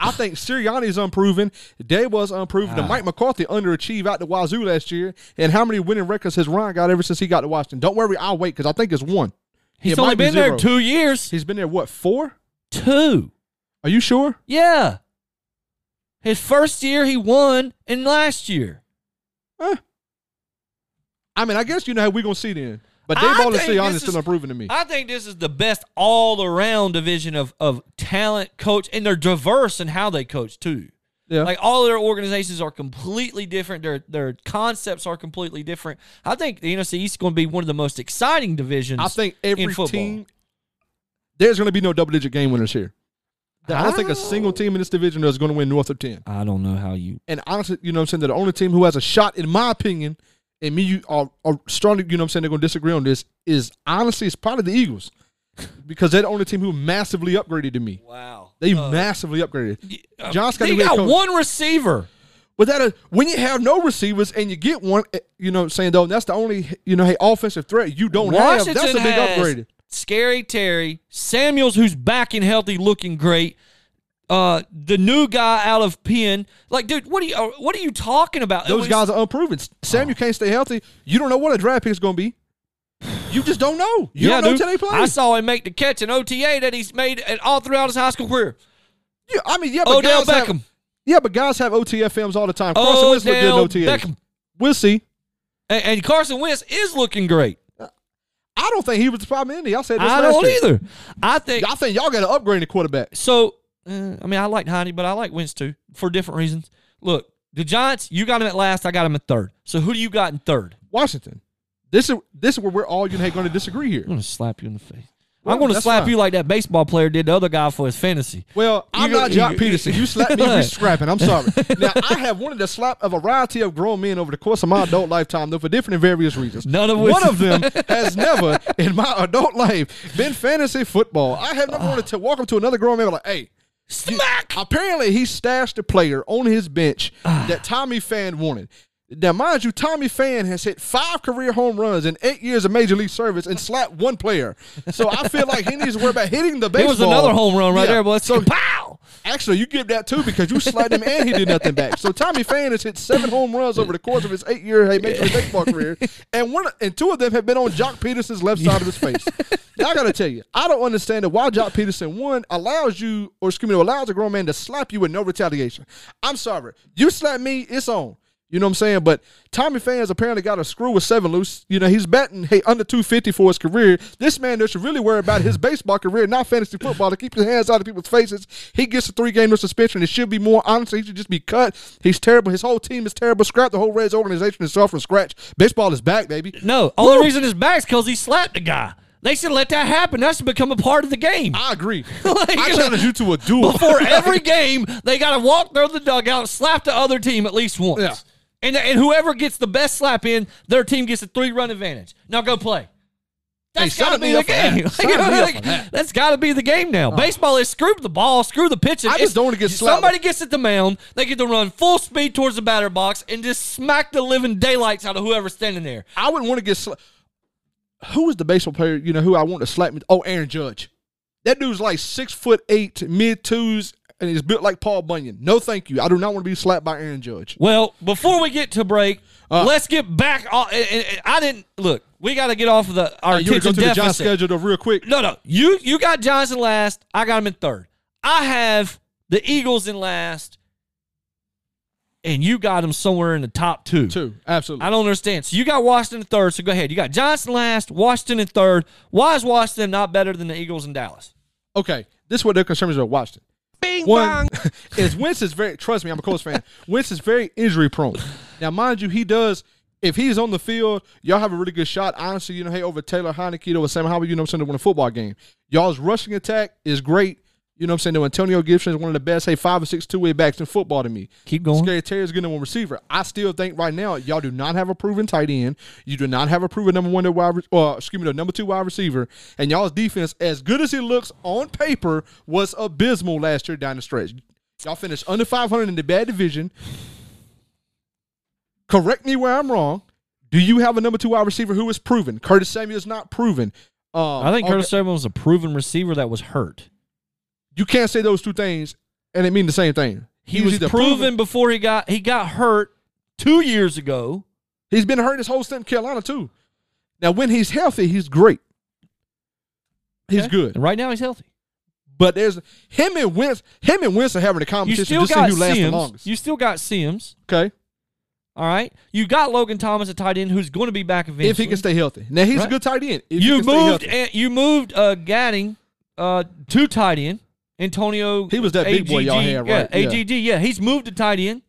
Speaker 3: I think Sirianni's unproven. Day was unproven. And Mike McCarthy underachieved out the wazoo last year. And how many winning records has Ron got ever since he got to Washington? Don't worry, I'll wait because I think it's one.
Speaker 4: he's
Speaker 3: It
Speaker 4: only
Speaker 3: might be
Speaker 4: been there
Speaker 3: zero.
Speaker 4: two years.
Speaker 3: He's been there what four?
Speaker 4: Two.
Speaker 3: Are you sure?
Speaker 4: Yeah. His first year he won, and last year.
Speaker 3: Huh? I mean, I guess you know how we're gonna see then. But
Speaker 4: I
Speaker 3: Dayball and
Speaker 4: think
Speaker 3: Sirianni
Speaker 4: this
Speaker 3: still
Speaker 4: is-
Speaker 3: unproven to me.
Speaker 4: I think this is the best all around division of, of talent, coach, and they're diverse in how they coach too.
Speaker 3: yeah.
Speaker 4: Like all of their organizations are completely different. Their their concepts are completely different. I think the NFC East is going to be one of the most exciting divisions.
Speaker 3: I think
Speaker 4: in
Speaker 3: every
Speaker 4: football.
Speaker 3: team. There's gonna be no double digit game winners here. I don't think a single team in this division is gonna win north of ten.
Speaker 4: I don't know how you.
Speaker 3: And honestly, you know what I'm saying? They're the only team who has a shot, in my opinion, and me, you are, are strongly, you know what I'm saying, they're going to disagree on this, is honestly, it's probably the Eagles. Because they're the only team who massively upgraded to me.
Speaker 4: Wow.
Speaker 3: They massively upgraded. John's got
Speaker 4: Uh, they
Speaker 3: to be a
Speaker 4: got
Speaker 3: coach.
Speaker 4: one receiver.
Speaker 3: Without a when you have no receivers and you get one, eh, you know, saying though that's the only you know hey offensive threat you don't
Speaker 4: Washington
Speaker 3: have. That's a big
Speaker 4: has
Speaker 3: upgrade.
Speaker 4: Scary Terry Samuels, who's back and healthy, looking great. Uh, the new guy out of Penn. Like, dude, what are you? uh, What are you talking about?
Speaker 3: Those guys are unproven. Sam,
Speaker 4: Oh.
Speaker 3: you can't stay healthy. You don't know what a draft pick is going to be. You just don't know. You
Speaker 4: yeah,
Speaker 3: don't know
Speaker 4: dude.
Speaker 3: till they play.
Speaker 4: I saw him make the catch in OTA that he's made at- all throughout his high school career.
Speaker 3: Yeah, I mean, yeah, but
Speaker 4: Odell
Speaker 3: guys have-
Speaker 4: Beckham.
Speaker 3: yeah, but guys have OTFMs all the time.
Speaker 4: Oh,
Speaker 3: Carson Wentz looked good in
Speaker 4: Odell
Speaker 3: OTAs.
Speaker 4: Beckham.
Speaker 3: We'll see.
Speaker 4: And, and Carson Wentz is looking great.
Speaker 3: I don't think he was the problem in the. I said this
Speaker 4: I
Speaker 3: last
Speaker 4: don't
Speaker 3: year.
Speaker 4: either. I think
Speaker 3: I think y'all got to upgrade the quarterback.
Speaker 4: so. Uh, I mean, I like Heine, but I like Wentz too for different reasons. Look, the Giants. You got him at last. I got him at third. So who do you got in third?
Speaker 3: Washington. This is this is where we're all going to disagree here.
Speaker 4: I'm gonna slap you in the face.
Speaker 3: Well,
Speaker 4: I'm gonna
Speaker 3: that's
Speaker 4: slap
Speaker 3: fine.
Speaker 4: you like that baseball player did the other guy for his fantasy.
Speaker 3: Well, I'm
Speaker 4: You-
Speaker 3: not Jock
Speaker 4: you-
Speaker 3: Peterson. You slapped me for scrapping. I'm sorry. Now, I have wanted to slap a variety of grown men over the course of my adult lifetime, though, for different and various reasons.
Speaker 4: None of which-
Speaker 3: One of them has never, in my adult life, been fantasy football. I have
Speaker 4: Ah.
Speaker 3: never wanted to walk up to another grown man and be like, hey,
Speaker 4: Smack.
Speaker 3: apparently he stashed a player on his bench
Speaker 4: Ah.
Speaker 3: that Tommy Fan wanted. Now, mind you, Tommy Fan has hit five career home runs in eight years of major league service and slapped one player. So I feel like he needs to worry about hitting the
Speaker 4: It
Speaker 3: baseball.
Speaker 4: was another home run right
Speaker 3: Yeah.
Speaker 4: there, but so pow.
Speaker 3: Actually, you give that too because you slapped him and he did nothing back. So Tommy Fan has hit seven home runs over the course of his eight-year hey, major league baseball career, and one and two of them have been on Jock Peterson's left side of his face. Now I gotta tell you, I don't understand that why Jock Peterson one allows you, or excuse me, allows a grown man to slap you with no retaliation. I'm sorry, you slap me, it's on. You know what I'm saying? But Tommy Fans apparently got a screw with seven loose. You know, he's batting, hey, under 250 for his career. This man there should really worry about his baseball career, not fantasy football, to keep his hands out of people's faces. He gets a three game no suspension. It should be more. Honestly, he should just be cut. He's terrible. His whole team is terrible. Scrap the whole Reds organization itself from scratch. Baseball is back, baby.
Speaker 4: No, only reason it's back is because he slapped the guy. They should let that happen. That should become a part of the game.
Speaker 3: I agree.
Speaker 4: Like-
Speaker 3: I challenge you to a duel.
Speaker 4: Before every game, they got to walk through the dugout, slap the other team at least once.
Speaker 3: Yeah.
Speaker 4: And, and whoever gets the best slap in, their team gets a three run advantage. Now go play. That's
Speaker 3: Hey,
Speaker 4: got to
Speaker 3: sign
Speaker 4: be
Speaker 3: me
Speaker 4: the
Speaker 3: up for that.
Speaker 4: game.
Speaker 3: Sign me up
Speaker 4: Like,
Speaker 3: for that. Oh.
Speaker 4: that's got to be the game now. Baseball is screw the ball, screw the pitching.
Speaker 3: I just
Speaker 4: It's-
Speaker 3: don't wanna get slapped.
Speaker 4: Somebody gets at the mound, they get to run full speed towards the batter box and just smack the living daylights out of whoever's standing there.
Speaker 3: I wouldn't want to get slapped. Who is the baseball player? You know who I want to slap me? Oh, Aaron Judge. That dude's like six foot eight, mid twos, and he's built like Paul Bunyan. No, thank you. I do not want to be slapped by Aaron Judge.
Speaker 4: Well, before we get to break,
Speaker 3: Uh,
Speaker 4: let's get back. on- and- and- and I didn't look. We got to get off of the our
Speaker 3: You want to
Speaker 4: attention
Speaker 3: go through the John
Speaker 4: deficit.
Speaker 3: schedule though real quick?
Speaker 4: No, no. You you got Johnson last. I got him in third. I have the Eagles in last, and you got them somewhere in the top two.
Speaker 3: Two, absolutely.
Speaker 4: I don't understand. So you got Washington in third. So go ahead. You got Johnson last, Washington in third. Why is Washington not better than the Eagles in Dallas?
Speaker 3: okay, this is what their concerns are. Washington. Bing One is Wentz is very. Trust me, I'm a Colts fan. Wentz is very injury prone. Now, mind you, he does. If he's on the field, y'all have a really good shot. Honestly, you know, hey, over Taylor Heineke or Sam Howell, you know what I'm saying, to win a football game. Y'all's rushing attack is great. You know what I'm saying? Though Antonio Gibson is one of the best, hey, five or six two way backs in football to me.
Speaker 4: Keep going.
Speaker 3: Scary Terry is getting one receiver. I still think right now y'all do not have a proven tight end. You do not have a proven number one wide, re- uh, excuse me, the number two wide receiver. And y'all's defense, as good as it looks on paper, was abysmal last year down the stretch. Y'all finished under 500 in the bad division. Correct me where I'm wrong. Do you have a number two wide receiver who is proven? Curtis Samuel is not proven. Um,
Speaker 4: I think
Speaker 3: okay,
Speaker 4: Curtis Samuel was a proven receiver that was hurt.
Speaker 3: You can't say those two things and it mean the same thing.
Speaker 4: He,
Speaker 3: He's
Speaker 4: was
Speaker 3: either
Speaker 4: proven, before he got he got hurt two years ago.
Speaker 3: He's been hurt his whole stint in Carolina too. Now, when he's healthy, he's great. He's good.
Speaker 4: And right now he's healthy.
Speaker 3: But there's him and Wentz. Him and Wentz are having a
Speaker 4: You
Speaker 3: competition
Speaker 4: still
Speaker 3: to see who
Speaker 4: got
Speaker 3: lasts the
Speaker 4: Sims.
Speaker 3: longest.
Speaker 4: You still got Sims.
Speaker 3: okay,
Speaker 4: All right. You got Logan Thomas, a tight end, who's going to be back eventually.
Speaker 3: if he can stay healthy. Now he's
Speaker 4: Right.
Speaker 3: a good tight end. If he
Speaker 4: you
Speaker 3: can stay
Speaker 4: moved,
Speaker 3: healthy.
Speaker 4: and you moved uh, Gadding uh, to tight end. Antonio.
Speaker 3: He was that big boy y'all
Speaker 4: AGG,
Speaker 3: had,
Speaker 4: yeah,
Speaker 3: right? Yeah.
Speaker 4: AGG. Yeah, he's moved to tight end.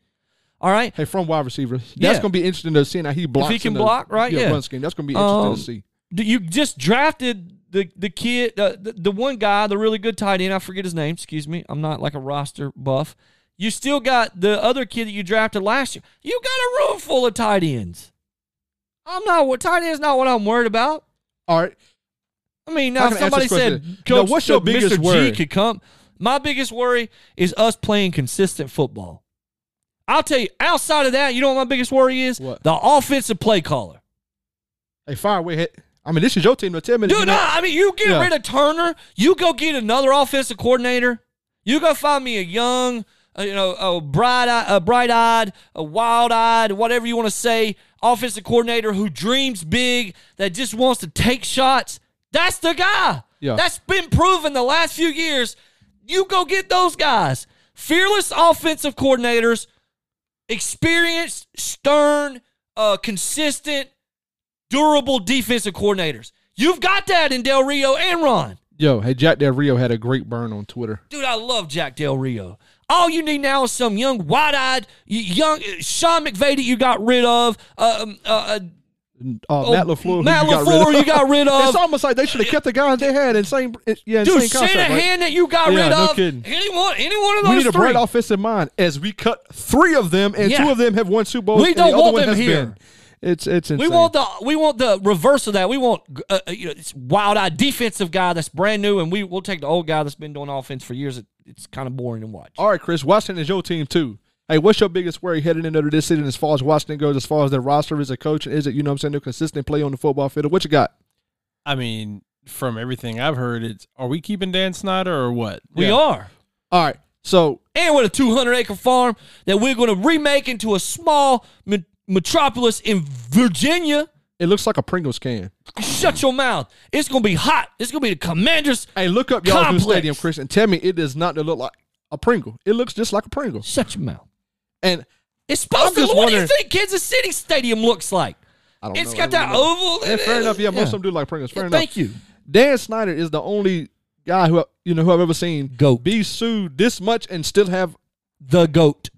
Speaker 4: All right.
Speaker 3: Hey, from wide receiver, that's
Speaker 4: Yeah.
Speaker 3: going to be interesting to see how he blocks.
Speaker 4: can
Speaker 3: in the-
Speaker 4: block, right? Yeah.
Speaker 3: run scheme. That's going to be interesting
Speaker 4: Um,
Speaker 3: to see.
Speaker 4: Do- You just drafted the the kid, uh, the, the one guy, the really good tight end. I forget his name. Excuse me. I'm not like a roster buff. You still got the other kid that you drafted last year. You got a room full of tight ends. I'm not what tight end's not what I'm worried about.
Speaker 3: All right,
Speaker 4: I mean,
Speaker 3: I
Speaker 4: now
Speaker 3: can answer
Speaker 4: if somebody
Speaker 3: this question.
Speaker 4: said,
Speaker 3: Now,
Speaker 4: Coach,
Speaker 3: what's your
Speaker 4: Mr.
Speaker 3: biggest
Speaker 4: G
Speaker 3: worry?
Speaker 4: could come. My biggest worry is us playing consistent football. I'll tell you, outside of that, you know what my biggest worry is?
Speaker 3: What?
Speaker 4: The offensive play caller.
Speaker 3: Hey, fire away. Hit. I mean, this is your team. Now tell me, that you
Speaker 4: Dude,
Speaker 3: know-
Speaker 4: no, I mean, you get
Speaker 3: Yeah.
Speaker 4: rid of Turner, you go get another offensive coordinator. You go find me a young, uh, you know, a bright, a bright-eyed, a wild-eyed, whatever you want to say, offensive coordinator who dreams big, that just wants to take shots. That's the guy.
Speaker 3: Yeah.
Speaker 4: That's been proven the last few years. You go get those guys. Fearless offensive coordinators, experienced, stern, uh, consistent, durable defensive coordinators. You've got that in Del Rio and Ron.
Speaker 3: yo, hey, Jack Del Rio had a great burn on Twitter.
Speaker 4: Dude, I love Jack Del Rio. All you need now is some young, wide eyed, young uh, Sean McVay that you got rid of. Um, uh, uh,
Speaker 3: Uh,
Speaker 4: oh,
Speaker 3: Matt Lafleur, who
Speaker 4: Matt
Speaker 3: you got
Speaker 4: LaFleur
Speaker 3: rid of.
Speaker 4: you got rid of.
Speaker 3: It's almost like they should have kept the guys they had in same. in- Yeah, in
Speaker 4: dude,
Speaker 3: same concept,
Speaker 4: Shanahan
Speaker 3: right?
Speaker 4: that you got
Speaker 3: Yeah,
Speaker 4: rid
Speaker 3: no
Speaker 4: of.
Speaker 3: kidding.
Speaker 4: Anyone, any one of
Speaker 3: We
Speaker 4: those
Speaker 3: need a
Speaker 4: three.
Speaker 3: bright offensive mind as we cut three of them, and
Speaker 4: Yeah.
Speaker 3: two of them have won Super Bowls.
Speaker 4: We
Speaker 3: and
Speaker 4: don't
Speaker 3: the other
Speaker 4: want
Speaker 3: one
Speaker 4: them
Speaker 3: has
Speaker 4: here.
Speaker 3: been. It's it's insane.
Speaker 4: We want the we want the reverse of that. We want uh, uh, you know this wild eyed defensive guy that's brand new, and we we'll take the old guy that's been doing offense for years. It, it's kind of boring to watch.
Speaker 3: All right, Chris, Washington is your team too. Hey, what's your biggest worry heading into this season as far as Washington goes, as far as their roster is a coach, and is it, you know what I'm saying, their consistent play on the football field? What you got?
Speaker 2: I mean, from everything I've heard, it's are we keeping Dan Snyder or what?
Speaker 4: We are.
Speaker 3: All right. So
Speaker 4: and with a 200 acre farm that we're going to remake into a small me- metropolis in Virginia.
Speaker 3: it looks like a Pringles can.
Speaker 4: Shut your mouth. It's going to be hot. It's going to be the commanders.
Speaker 3: Hey, look up y'all's new
Speaker 4: Complex.
Speaker 3: stadium, Chris, and tell me it does not look like a Pringle. It looks just like a Pringle.
Speaker 4: Shut your mouth.
Speaker 3: And
Speaker 4: It's supposed
Speaker 3: I'm
Speaker 4: to
Speaker 3: just
Speaker 4: look. What do you
Speaker 3: wondering-
Speaker 4: think Kansas City Stadium looks like?
Speaker 3: I don't know.
Speaker 4: It's
Speaker 3: I
Speaker 4: got
Speaker 3: really
Speaker 4: that
Speaker 3: don't know.
Speaker 4: oval.
Speaker 3: Yeah, fair enough. Yeah, most of them do like Pringles. Fair enough.
Speaker 4: Thank you.
Speaker 3: Dan Snyder is the only guy who I- you know who I've ever seen
Speaker 4: Goat.
Speaker 3: be sued this much and still have
Speaker 4: The GOAT.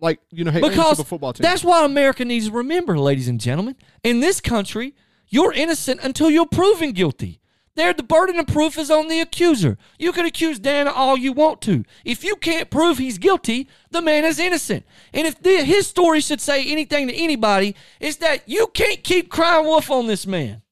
Speaker 3: like you know hey
Speaker 4: because
Speaker 3: a football team.
Speaker 4: that's why America needs to remember, ladies and gentlemen. In this country, you're innocent until you're proven guilty. There, the burden of proof is on the accuser. You can accuse Dan all you want to. If you can't prove he's guilty, the man is innocent. And if the, his story should say anything to anybody, it's that you can't keep crying wolf on this man.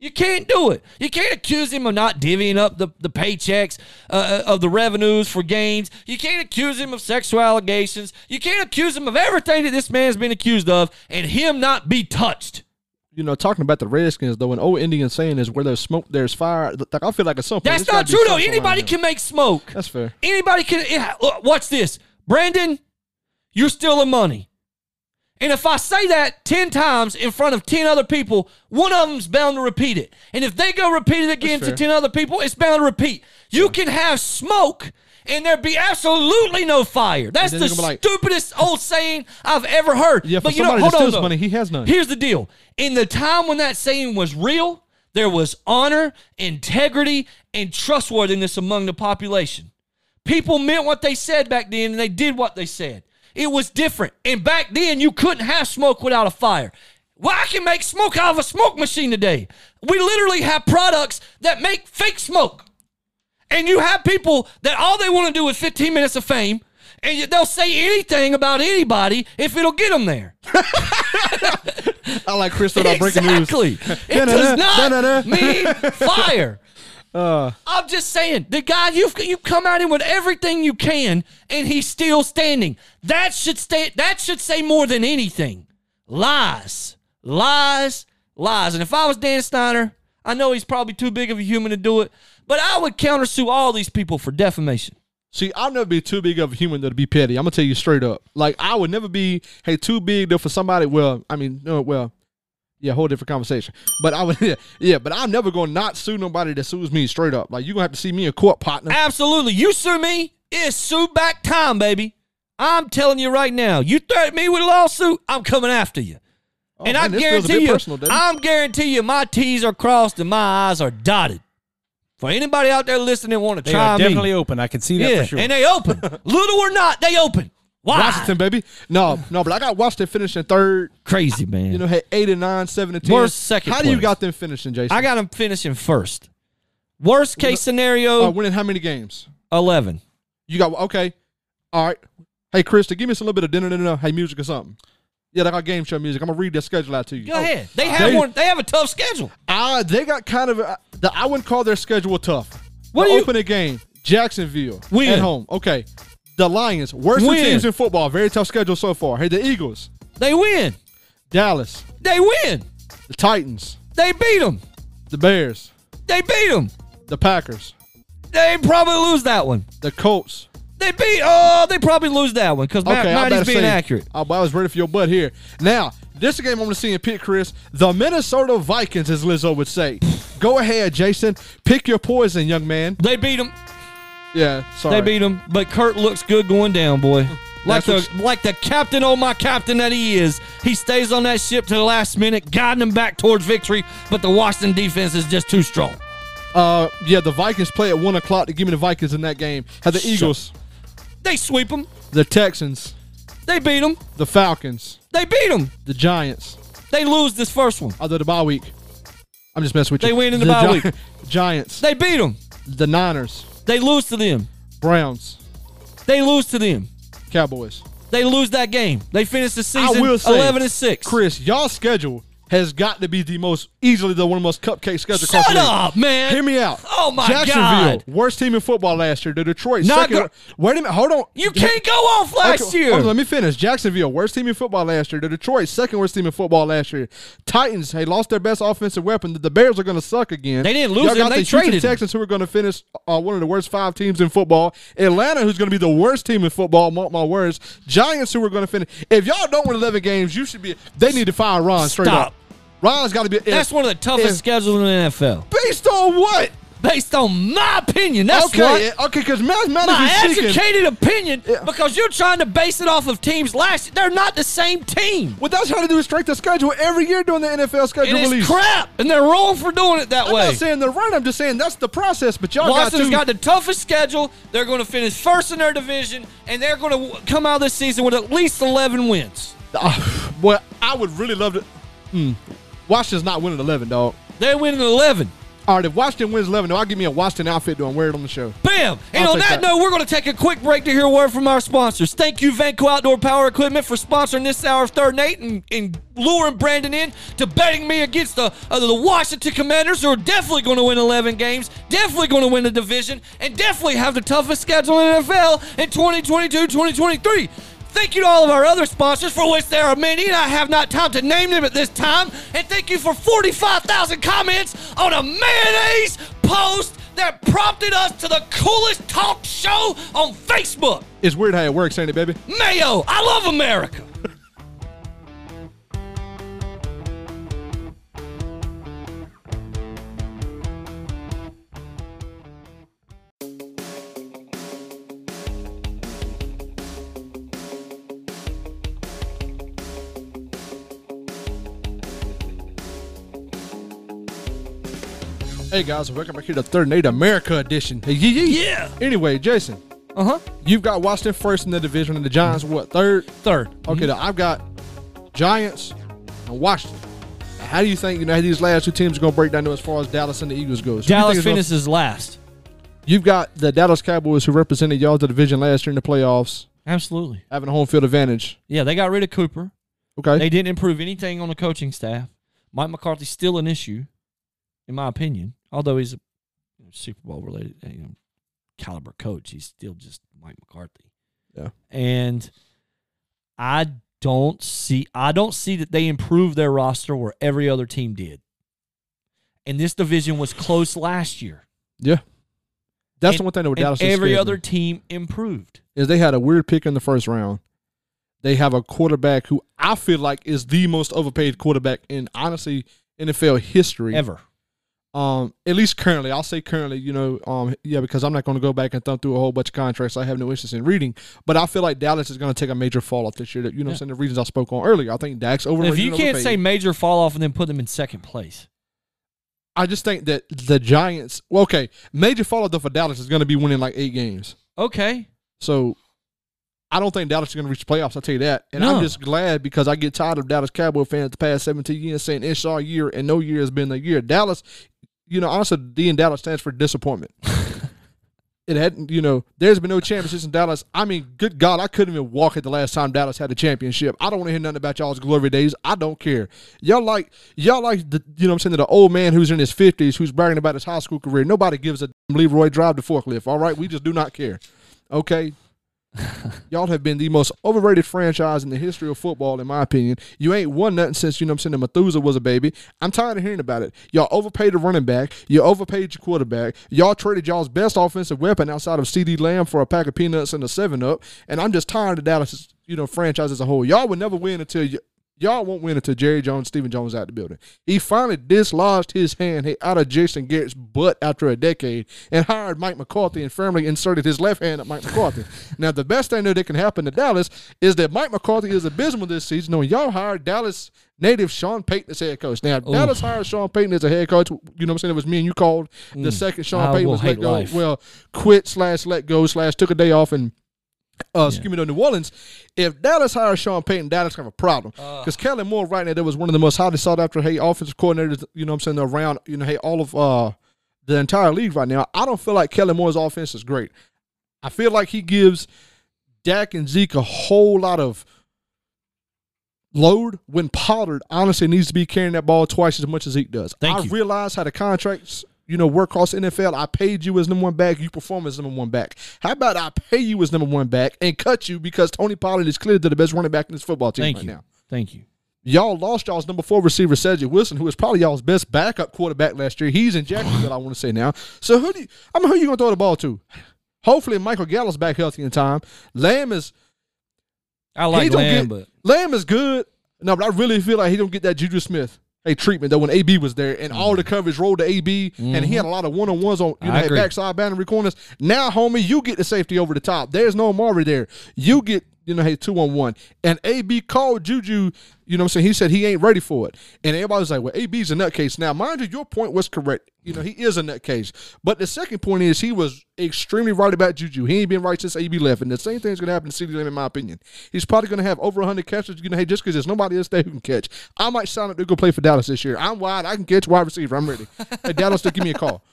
Speaker 4: You can't do it. You can't accuse him of not divvying up the, the paychecks uh, of the revenues for games. You can't accuse him of sexual allegations. You can't accuse him of everything that this man's been accused of and him not be touched.
Speaker 3: you know, talking about the Redskins though, an old Indian saying is where there's smoke, there's fire. Like I feel like at some point
Speaker 4: That's
Speaker 3: there's gotta
Speaker 4: not
Speaker 3: be
Speaker 4: true, though.
Speaker 3: something around
Speaker 4: Anybody
Speaker 3: here.
Speaker 4: can make smoke.
Speaker 3: That's fair.
Speaker 4: Anybody can. yeah, look, watch this. Brandon, you're stealing money. And if I say that 10 times in front of 10 other people, one of them's bound to repeat it. And if they go repeat it again to
Speaker 3: fair.
Speaker 4: 10 other people, it's bound to repeat. You can have smoke and there be absolutely no fire. That's
Speaker 3: then
Speaker 4: the
Speaker 3: they're gonna be like-
Speaker 4: stupidest old saying I've ever heard.
Speaker 3: Yeah, for
Speaker 4: but you know,
Speaker 3: somebody
Speaker 4: hold
Speaker 3: that
Speaker 4: on.
Speaker 3: steals
Speaker 4: though.
Speaker 3: money, he has none.
Speaker 4: Here's the deal. In the time when that saying was real, there was honor, integrity, and trustworthiness among the population. People meant what they said back then and they did what they said. It was different. And back then, you couldn't have smoke without a fire. Well, I can make smoke out of a smoke machine today. We literally have products that make fake smoke. And you have people that all they want to do is 15 minutes of fame and yet they'll say anything about anybody if it'll get them there.
Speaker 3: I like Chris without breaking news.
Speaker 4: Exactly. It
Speaker 3: Da-da-da,
Speaker 4: does not
Speaker 3: da-da-da.
Speaker 4: mean fire. I'm just saying, the guy you've you come at him with everything you can, and he's still standing. That should stay. That should say more than anything. Lies, lies, lies. And if I was Dan Steiner, I know he's probably too big of a human to do it, but I would countersue all these people for defamation.
Speaker 3: See, I'll never be too big of a human to be petty. I'm gonna tell you straight up. Like I would never be, hey, too big though for somebody. Well, I mean, no, well, yeah, whole different conversation. But I would, yeah, but I'm never gonna not sue nobody that sues me straight up. Like you gonna have to see me in court, partner.
Speaker 4: Absolutely. You sue me, it's sue back time, baby. I'm telling you right now. You threaten me with a lawsuit, I'm coming after you. and
Speaker 3: Oh, man,
Speaker 4: I
Speaker 3: this feels a
Speaker 4: guarantee
Speaker 3: bit
Speaker 4: you,
Speaker 3: personal, doesn't it?
Speaker 4: I'm guarantee you, my T's are crossed and my I's are dotted. For anybody out there listening, that want to
Speaker 2: They
Speaker 4: try
Speaker 2: are
Speaker 4: me,
Speaker 2: definitely open. I can see that
Speaker 4: yeah,
Speaker 2: for sure.
Speaker 4: and they open, little or not, they open. Why?
Speaker 3: Washington, baby. No, no, but I got Washington finishing third.
Speaker 4: Crazy man.
Speaker 3: You know, had eight and nine, seven and ten.
Speaker 4: Worst second
Speaker 3: How do you
Speaker 4: place.
Speaker 3: got them finishing, Jason?
Speaker 4: I got them finishing first. Worst case scenario,
Speaker 3: uh, winning how many games?
Speaker 4: eleven.
Speaker 3: You got okay. All right. Hey, Krista, give me some little bit of dinner, dinner. Hey, music or something. Yeah, they got game show music. I'm gonna read their schedule out to you. Oh.
Speaker 4: Go ahead. They have
Speaker 3: uh, They-
Speaker 4: one. They have a tough schedule.
Speaker 3: Uh, they got kind of. Uh, the, I wouldn't call their schedule tough.
Speaker 4: What
Speaker 3: the
Speaker 4: do you-
Speaker 3: opening game? Jacksonville
Speaker 4: Win.
Speaker 3: at home. Okay, The Lions, worst two
Speaker 4: Win.
Speaker 3: teams in football. Very tough schedule so far. Hey, the Eagles,
Speaker 4: They win.
Speaker 3: Dallas,
Speaker 4: They win.
Speaker 3: the Titans,
Speaker 4: They beat them.
Speaker 3: the Bears,
Speaker 4: They beat them.
Speaker 3: the Packers,
Speaker 4: They probably lose that one.
Speaker 3: the Colts.
Speaker 4: They beat. Oh, they probably lose that one because Matt
Speaker 3: Okay, I
Speaker 4: Matt
Speaker 3: better
Speaker 4: is being
Speaker 3: say-
Speaker 4: accurate.
Speaker 3: I, I was ready for your butt here. Now, this is a game I'm going to see in pit, Chris. The Minnesota Vikings, as Lizzo would say. Go ahead, Jason. Pick your poison, young man.
Speaker 4: They beat them.
Speaker 3: Yeah, sorry.
Speaker 4: They beat him, but Kurt looks good going down, boy. Like
Speaker 3: That's
Speaker 4: the like the captain, oh my captain that he is. He stays on that ship to the last minute, guiding them back towards victory. But the Washington defense is just too strong.
Speaker 3: Uh, yeah, the Vikings play at one o'clock to give me the Vikings in that game. Had the
Speaker 4: Shut-
Speaker 3: Eagles,
Speaker 4: They sweep them.
Speaker 3: the Texans,
Speaker 4: They beat them.
Speaker 3: the Falcons,
Speaker 4: They beat them.
Speaker 3: the Giants.
Speaker 4: They lose this first one.
Speaker 3: Other the bye week. I'm just messing with
Speaker 4: They
Speaker 3: you.
Speaker 4: win in the bye
Speaker 3: Gi-
Speaker 4: week.
Speaker 3: Giants,
Speaker 4: They beat them.
Speaker 3: the Niners,
Speaker 4: They lose to them.
Speaker 3: Browns,
Speaker 4: They lose to them.
Speaker 3: Cowboys.
Speaker 4: They lose that game. They finish the season
Speaker 3: I will say,
Speaker 4: eleven and six.
Speaker 3: Chris, y'all schedule has got to be the most easily the one of the most cupcake schedules. across
Speaker 4: Shut
Speaker 3: the league.
Speaker 4: up, man.
Speaker 3: Hear me out.
Speaker 4: Oh, my
Speaker 3: Jacksonville,
Speaker 4: God.
Speaker 3: worst team in football last year. The Detroit
Speaker 4: Not
Speaker 3: second.
Speaker 4: go-
Speaker 3: wait a minute. Hold on.
Speaker 4: You can't go off last
Speaker 3: Okay,
Speaker 4: year.
Speaker 3: hold on, let me finish. Jacksonville, worst team in football last year. The Detroit, second worst team in football last year. Titans, they lost their best offensive weapon. The Bears are going to suck again.
Speaker 4: They didn't lose
Speaker 3: Y'all
Speaker 4: them,
Speaker 3: got
Speaker 4: they
Speaker 3: the Houston
Speaker 4: traded them.
Speaker 3: Texans, who are going to finish uh, one of the worst five teams in football. Atlanta, who's going to be the worst team in football. Mark my words. Giants, who are going to finish. If y'all don't win eleven games, you should be. They need to fire Ron straight
Speaker 4: Stop.
Speaker 3: up. Ron's got to be.
Speaker 4: That's one of the toughest
Speaker 3: if-
Speaker 4: schedules in the NFL,
Speaker 3: Based on what?
Speaker 4: based on my opinion. That's what.
Speaker 3: okay, eh, okay, because mathematically
Speaker 4: my
Speaker 3: speaking,
Speaker 4: educated opinion because you're trying to base it off of teams last year. They're not the same team.
Speaker 3: what that's trying to do is strike the schedule every year during the NFL schedule
Speaker 4: It is
Speaker 3: release.
Speaker 4: crap, and they're wrong for doing it that
Speaker 3: I'm
Speaker 4: way.
Speaker 3: not saying they're right. I'm just saying that's the process. But y'all
Speaker 4: Washington's
Speaker 3: got
Speaker 4: got
Speaker 3: to.
Speaker 4: the toughest schedule. They're going to finish first in their division, and they're going to come out of this season with at least 11 wins.
Speaker 3: Ah, boy, I would really love to. Mm, Washington's not winning 11, dog.
Speaker 4: They win at 11.
Speaker 3: All right, if Washington wins 11, though, I'll give me a Washington outfit though and wear it on the show.
Speaker 4: Bam! And
Speaker 3: I'll
Speaker 4: on
Speaker 3: take
Speaker 4: that,
Speaker 3: that.
Speaker 4: note, we're going to take a quick break to hear a word from our sponsors. Thank you, Vanco Outdoor Power Equipment, for sponsoring this hour of Third and Eight and, and luring Brandon in to betting me against the uh, the Washington Commanders, who are definitely going to win 11 games, definitely going to win the division, and definitely have the toughest schedule in the NFL in 2022-2023. Thank you to all of our other sponsors, for which there are many, and I have not time to name them at this time. And thank you for 45,000 comments on a mayonnaise post that prompted us to the coolest talk show on Facebook.
Speaker 3: It's weird how it works, ain't it, baby?
Speaker 4: Mayo, I love America.
Speaker 3: Hey, guys, welcome back here to Third and Eight America Edition. Hey, yeah, yeah. yeah. Anyway, Jason,
Speaker 4: Uh huh.
Speaker 3: you've got Washington first in the division, and the Giants, what, third?
Speaker 4: Third. Mm-hmm.
Speaker 3: Okay, now I've got Giants and Washington. Now, how do you think, you know, these last two teams are going to break down to as far as Dallas and the Eagles goes? Who do you think
Speaker 4: Dallas
Speaker 3: is gonna-
Speaker 4: finishes last.
Speaker 3: You've got the Dallas Cowboys who represented y'all to the division last year in the playoffs,
Speaker 4: Absolutely.
Speaker 3: having a home field advantage.
Speaker 4: Yeah, they got rid of Cooper.
Speaker 3: Okay.
Speaker 4: They didn't improve anything on the coaching staff. Mike McCarthy's still an issue, in my opinion. Although he's a Super Bowl related you know, caliber coach, he's still just Mike McCarthy.
Speaker 3: Yeah.
Speaker 4: And I don't see I don't see that they improved their roster where every other team did. And this division was close last year.
Speaker 3: yeah. That's the
Speaker 4: And-
Speaker 3: one thing that with
Speaker 4: and
Speaker 3: Dallas is
Speaker 4: Every
Speaker 3: scared
Speaker 4: other
Speaker 3: me,
Speaker 4: team improved.
Speaker 3: is they had a weird pick in the first round. They have a quarterback who I feel like is the most overpaid quarterback in honestly NFL history.
Speaker 4: Ever.
Speaker 3: Um, at least currently, I'll say currently. You know, um, yeah, because I'm not going to go back and thumb through a whole bunch of contracts. I have no interest in reading, but I feel like Dallas is going to take a major fall off this year. That you know, what I'm saying the reasons I spoke on earlier. I think Dax overrated.
Speaker 4: If you
Speaker 3: and
Speaker 4: can't
Speaker 3: overpaid.
Speaker 4: say major fall off and then put them in second place.
Speaker 3: I just think that the Giants. Well, okay, major fallout though for Dallas is going to be winning like eight games.
Speaker 4: Okay.
Speaker 3: So I don't think Dallas is going to reach the playoffs. I'll tell you that. And
Speaker 4: No.
Speaker 3: I'm just glad because I get tired of Dallas Cowboy fans the past 17 years saying it's our year and no year has been the year. Dallas, you know, honestly, D in Dallas stands for disappointment. it hadn't, you know, there's been no championships in Dallas. I mean, good God, I couldn't even walk at the last time Dallas had a championship. I don't want to hear nothing about y'all's glory days. I don't care. Y'all like, y'all like, the, you know what I'm saying, the old man who's in his 50s who's bragging about his high school career. Nobody gives a damn Leroy drive to forklift, all right? We just do not care. Okay. Y'all have been the most overrated franchise in the history of football, in my opinion. You ain't won nothing since, you know what I'm saying, the Methuselah was a baby. I'm tired of hearing about it. Y'all overpaid a running back. You overpaid your quarterback. Y'all traded y'all's best offensive weapon outside of CD Lamb for a pack of peanuts and a 7 up. And I'm just tired of Dallas, you know, franchise as a whole. Y'all would never win until you. Y'all won't win until Jerry Jones, Stephen Jones out the building. He finally dislodged his hand out of Jason Garrett's butt after a decade and hired Mike McCarthy and firmly inserted his left hand at Mike McCarthy. now, the best thing that can happen to Dallas is that Mike McCarthy is abysmal this season when y'all hired Dallas native Sean Payton as head coach. Now, if Dallas hired Sean Payton as a head coach. You know what I'm saying? It was me and you called the second Sean
Speaker 4: Mm. I
Speaker 3: Payton
Speaker 4: will
Speaker 3: was let
Speaker 4: hate
Speaker 3: go.
Speaker 4: life.
Speaker 3: Well, quit slash let go slash took a day off and uh, excuse me, no, New Orleans. If Dallas hires Sean Payton, Dallas have a problem because Kelly Moore right now there was one of the most highly sought after hey offensive coordinators. You know what I'm saying around you know hey all of uh the entire league right now. I don't feel like Kelly Moore's offense is great. I feel like he gives Dak and Zeke a whole lot of load when Pollard honestly needs to be carrying that ball twice as much as Zeke does.
Speaker 2: Thank
Speaker 3: I
Speaker 2: you.
Speaker 3: realize how the contracts, you know, work across the NFL. I paid you as number one back, you perform as number one back. How about I pay you as number one back and cut you because Tony Pollard is clearly the best running back in this football team
Speaker 4: Thank
Speaker 3: right
Speaker 4: you.
Speaker 3: now.
Speaker 4: Thank you.
Speaker 3: Y'all lost y'all's number four receiver, Cedric Wilson, who was probably y'all's best backup quarterback last year. He's in Jacksonville, I want to say now. So who do you, I mean, who you gonna throw the ball to? Hopefully Michael Gallup's back healthy in time. Lamb is
Speaker 4: I like
Speaker 3: don't get,
Speaker 4: Lamb, but
Speaker 3: Lamb is good. No, but I really feel like he don't get that Juju Smith hey treatment that when AB was there and all the coverage rolled to AB and he had a lot of one on ones on you know
Speaker 4: Mm. Mm-hmm. I
Speaker 3: had
Speaker 4: agree.
Speaker 3: backside boundary corners. Now, homie, you get the safety over the top. There's no Amari there. You get you know hey two on one and AB called Juju. You know what I'm saying? He said he ain't ready for it. And everybody was like, well, AB's a nutcase. Now, mind you, your point was correct. You know, he is a nutcase. But the second point is he was extremely right about Juju. He ain't been right since AB left. And the same thing's going to happen to CeeDee Lamb, in my opinion. He's probably going to have over 100 catches, you know, hey, just because there's nobody else there who can catch. I might sign up to go play for Dallas this year. I'm wide. I can catch wide receiver. I'm ready. Hey, Dallas, just give me a call.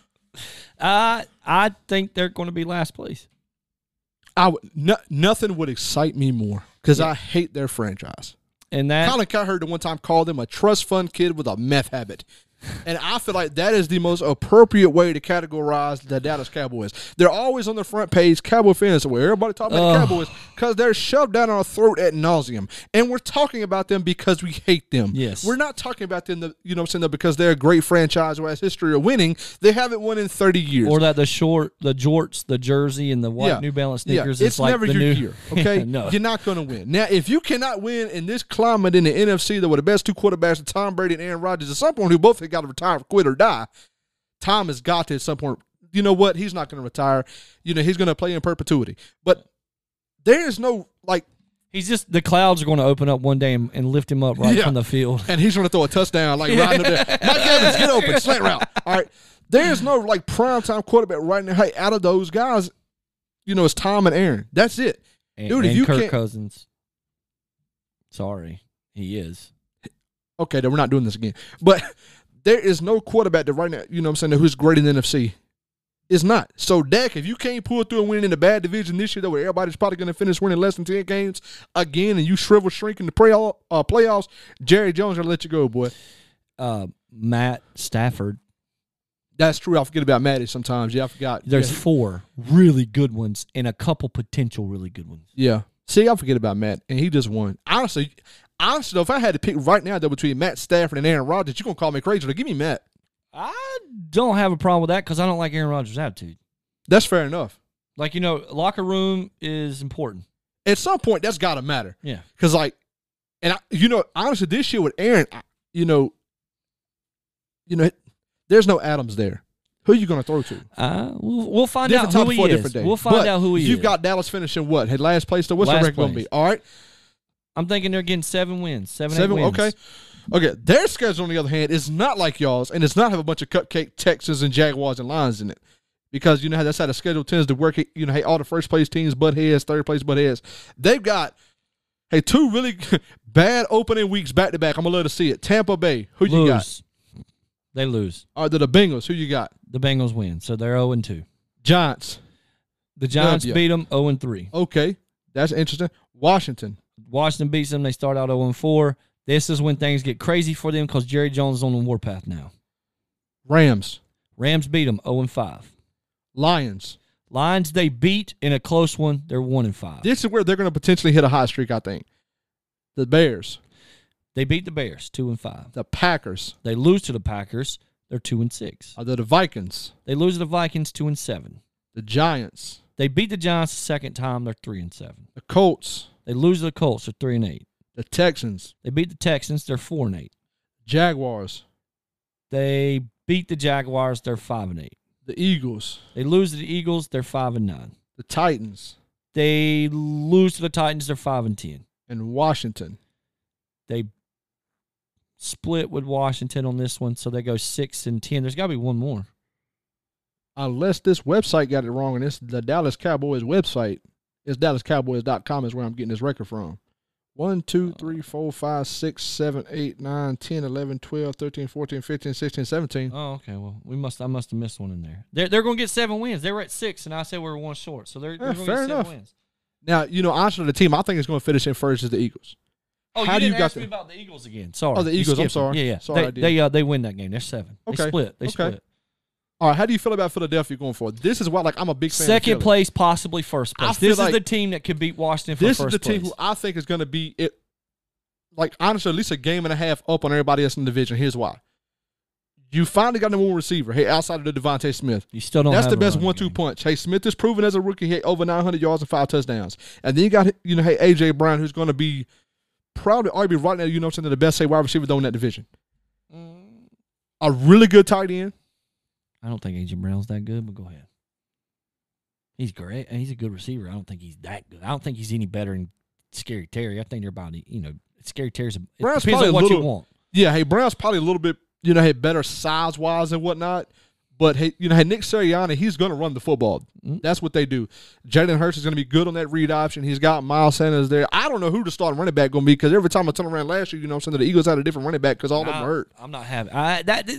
Speaker 4: I I think they're going to be last place.
Speaker 3: I would, no, nothing would excite me more because I hate their franchise.
Speaker 4: And that
Speaker 3: Colin Cowherd at one time called him a trust fund kid with a meth habit. And I feel like that is the most appropriate way to categorize the Dallas Cowboys. They're always on the front page, Cowboy fans where everybody talking about the Cowboys because they're shoved down our throat at nauseum. And we're talking about them because we hate them.
Speaker 4: Yes.
Speaker 3: We're not talking about them, the, you know what I'm saying, though, because they're a great franchise who has history of winning. They haven't won in 30 years.
Speaker 4: or that the short, the jorts, the jersey, and the white
Speaker 3: Yeah.
Speaker 4: New Balance
Speaker 3: Yeah.
Speaker 4: sneakers.
Speaker 3: It's
Speaker 4: is like
Speaker 3: never
Speaker 4: the
Speaker 3: your
Speaker 4: new,
Speaker 3: year. Okay,
Speaker 4: Yeah, no,
Speaker 3: you're not going to win. Now, if you cannot win in this climate in the NFC, that were the best two quarterbacks, Tom Brady and Aaron Rodgers, at some point who both have got to retire, quit or die. Tom has got to at some point. You know what? He's not going to retire. You know he's going to play in perpetuity. But there is no like,
Speaker 4: he's just the clouds are going to open up one day and, and lift him up right
Speaker 3: Yeah.
Speaker 4: from the field.
Speaker 3: and he's going to throw a touchdown like right up there. Mike Evans, get open, slant route. All right. There is no like prime time quarterback right now. Hey, out of those guys, you know it's Tom and Aaron. That's it.
Speaker 4: And,
Speaker 3: Dude, if
Speaker 4: and
Speaker 3: you
Speaker 4: Kirk
Speaker 3: can't-
Speaker 4: Cousins, sorry, he is.
Speaker 3: okay, then we're not doing this again. But there is no quarterback that right now, you know what I'm saying, who's great in the NFC. It's not. So, Dak, if you can't pull through and win in a bad division this year, though, where everybody's probably going to finish winning less than 10 games again, and you shrivel shrink in the play- uh, playoffs, Jerry Jones going to let you go, boy.
Speaker 4: Uh, Matt Stafford.
Speaker 3: That's true. I forget about Maddie sometimes. Yeah, I forgot.
Speaker 4: There's
Speaker 3: yeah.
Speaker 4: four really good ones and a couple potential really good ones.
Speaker 3: Yeah. See, I forget about Matt, and he just won. Honestly, honestly, though, if I had to pick right now, though, between Matt Stafford and Aaron Rodgers, you're going to call me crazy. Though. Give me Matt.
Speaker 4: I don't have a problem with that because I don't like Aaron Rodgers' attitude.
Speaker 3: That's fair enough.
Speaker 4: Like you know, locker room is important.
Speaker 3: At some point, that's got to matter.
Speaker 4: Yeah,
Speaker 3: Because like, and I, you know, honestly, this year with Aaron, I, you know, you know, there's no Adams there. Who you going to throw to?
Speaker 4: uh, we'll, we'll find
Speaker 3: Different
Speaker 4: out
Speaker 3: time
Speaker 4: who he
Speaker 3: for a
Speaker 4: is.
Speaker 3: different day.
Speaker 4: We'll find
Speaker 3: But
Speaker 4: out who he
Speaker 3: You've
Speaker 4: is.
Speaker 3: got Dallas finishing what? Had last place. So what's
Speaker 4: Last
Speaker 3: the record going to
Speaker 4: place.
Speaker 3: be? All right,
Speaker 4: I'm thinking they're getting seven wins, seven, eight
Speaker 3: seven.
Speaker 4: wins.
Speaker 3: Okay, okay. Their schedule, on the other hand, is not like y'all's, and it's not have a bunch of cupcake Texans and Jaguars and Lions in it. Because you know how that's how the schedule tends to work. You know, hey, all the first place teams butt heads, third place butt heads. They've got hey two really bad opening weeks back to back. I'm gonna love to see it. Tampa Bay, who you got?
Speaker 4: lose. They lose.
Speaker 3: Or the, the Bengals, who you got?
Speaker 4: The Bengals win, so they're zero and two.
Speaker 3: Giants.
Speaker 4: The Giants
Speaker 3: W.
Speaker 4: beat them zero and three.
Speaker 3: Okay. That's interesting. Washington.
Speaker 4: Washington beats them. They start out zero and four. This is when things get crazy for them because Jerry Jones is on the warpath now.
Speaker 3: Rams.
Speaker 4: Rams beat them zero and oh five.
Speaker 3: Lions.
Speaker 4: Lions they beat in a close one. They're one and five.
Speaker 3: This is where they're going to potentially hit a hot streak, I think. The Bears,
Speaker 4: They beat the Bears two and five.
Speaker 3: the Packers,
Speaker 4: They lose to the Packers. They're two and six.
Speaker 3: uh, the, the Vikings,
Speaker 4: They lose to the Vikings two and seven.
Speaker 3: the Giants,
Speaker 4: They beat the Giants the second time. They're three and seven.
Speaker 3: the Colts,
Speaker 4: They lose to the Colts. They're three and eight.
Speaker 3: the Texans,
Speaker 4: They beat the Texans. They're four and eight.
Speaker 3: Jaguars,
Speaker 4: They beat the Jaguars. They're five and eight.
Speaker 3: the Eagles,
Speaker 4: They lose to the Eagles. They're five and nine.
Speaker 3: the Titans,
Speaker 4: They lose to the Titans. They're five and ten.
Speaker 3: and Washington.
Speaker 4: They split with Washington on this one, so they go six and ten. There's got to be one more.
Speaker 3: Unless this website got it wrong, and it's the Dallas Cowboys website, it's DallasCowboys.com is where I'm getting this record from. 1, 2,
Speaker 4: Oh.
Speaker 3: 3, 4, 5, 6, 7, 8, 9, 10, 11, 12, 13, 14, 15, 16, 17.
Speaker 4: Oh, okay. Well, we must. I must have missed one in there. They're they're going to get seven wins. They were at six, and I said we were one short. So they're, they're
Speaker 3: Yeah,
Speaker 4: going to
Speaker 3: fair
Speaker 4: get seven
Speaker 3: enough.
Speaker 4: wins.
Speaker 3: Now, you know, honestly, the team I think is going to finish in first is the Eagles.
Speaker 4: Oh,
Speaker 3: How
Speaker 4: you
Speaker 3: do you
Speaker 4: didn't
Speaker 3: got
Speaker 4: ask me
Speaker 3: the-
Speaker 4: about the Eagles again. Sorry.
Speaker 3: Oh, the
Speaker 4: You
Speaker 3: Eagles, I'm
Speaker 4: skipped me.
Speaker 3: sorry.
Speaker 4: Yeah, yeah.
Speaker 3: Sorry,
Speaker 4: they
Speaker 3: I did.
Speaker 4: they, uh, they win that game. They're seven.
Speaker 3: Okay.
Speaker 4: They split. They
Speaker 3: Okay.
Speaker 4: split.
Speaker 3: All right, how do you feel about Philadelphia going forward? This is why, like, I'm a big fan. of
Speaker 4: Second
Speaker 3: Philly.
Speaker 4: place, possibly first
Speaker 3: I
Speaker 4: place.
Speaker 3: feel
Speaker 4: This is
Speaker 3: like-
Speaker 4: the team that could beat Washington for
Speaker 3: This is
Speaker 4: first
Speaker 3: the team
Speaker 4: place.
Speaker 3: who I think is going to be it. Like, honestly, at least a game and a half up on everybody else in the division. Here's why: you finally got number one receiver. Hey, outside of the Devontae Smith,
Speaker 4: you still don't.
Speaker 3: that's
Speaker 4: have
Speaker 3: the
Speaker 4: a
Speaker 3: best
Speaker 4: running
Speaker 3: one-two
Speaker 4: game.
Speaker 3: punch. Hey, Smith is proven as a rookie. He had over 900 yards and five touchdowns. And then you got you know, hey AJ Brown, who's going to be probably arguably right now, you know, what I'm saying, the best say wide receiver though in that division. A really good tight end.
Speaker 4: I don't think Agent Brown's that good, but go ahead. He's great. and He's a good receiver. I don't think he's that good. I don't think he's any better than Scary Terry. I think they're about you know Scary Terry's. A, it
Speaker 3: Brown's
Speaker 4: depends
Speaker 3: probably a
Speaker 4: on what
Speaker 3: little-
Speaker 4: you want.
Speaker 3: Yeah, hey, Brown's probably a little bit, you know, hey, better size wise and whatnot. But hey, you know, hey, Nick Sirianni, he's gonna run the football.
Speaker 4: Mm-hmm.
Speaker 3: That's what they do. Jalen Hurts is gonna be good on that read option. He's got Miles Sanders there. I don't know who the starting running back gonna be because every time I turn around last year, you know, what I'm saying the Eagles had a different running back because all of them
Speaker 4: I-
Speaker 3: hurt.
Speaker 4: I'm not having I that.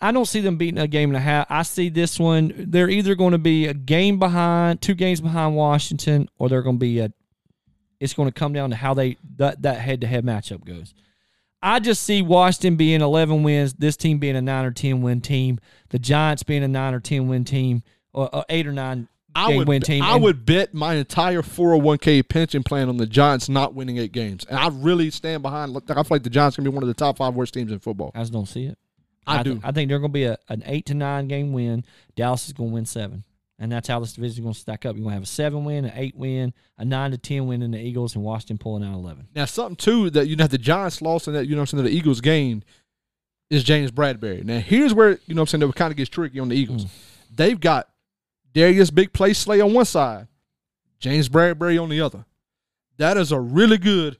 Speaker 4: I don't see them beating a game and a half. I see this one. They're either going to be a game behind, two games behind Washington, or they're going to be a. It's going to come down to how they that that head to head matchup goes. I just see Washington being 11 wins, this team being a nine or 10 win team, the Giants being a nine or 10 win team, or, or eight or nine
Speaker 3: I
Speaker 4: game
Speaker 3: would,
Speaker 4: win team.
Speaker 3: I
Speaker 4: and
Speaker 3: would bet my entire 401k pension plan on the Giants not winning eight games, and I really stand behind. Like, I feel like the Giants gonna be one of the top five worst teams in football.
Speaker 4: I just don't see it.
Speaker 3: I
Speaker 4: th-
Speaker 3: do.
Speaker 4: I think they're going to be a, an eight to nine game win. Dallas is going to win seven, and that's how this division is going to stack up. You're going to have a seven win, an eight win, a nine to ten win in the Eagles, and Washington pulling out eleven.
Speaker 3: Now, something too that you know the Giants lost and that you know what I'm saying that the Eagles gained is James Bradbury. Now, here's where you know what I'm saying that kind of gets tricky on the Eagles.
Speaker 4: Mm.
Speaker 3: They've got Darius Big Play Slay on one side, James Bradbury on the other. That is a really good,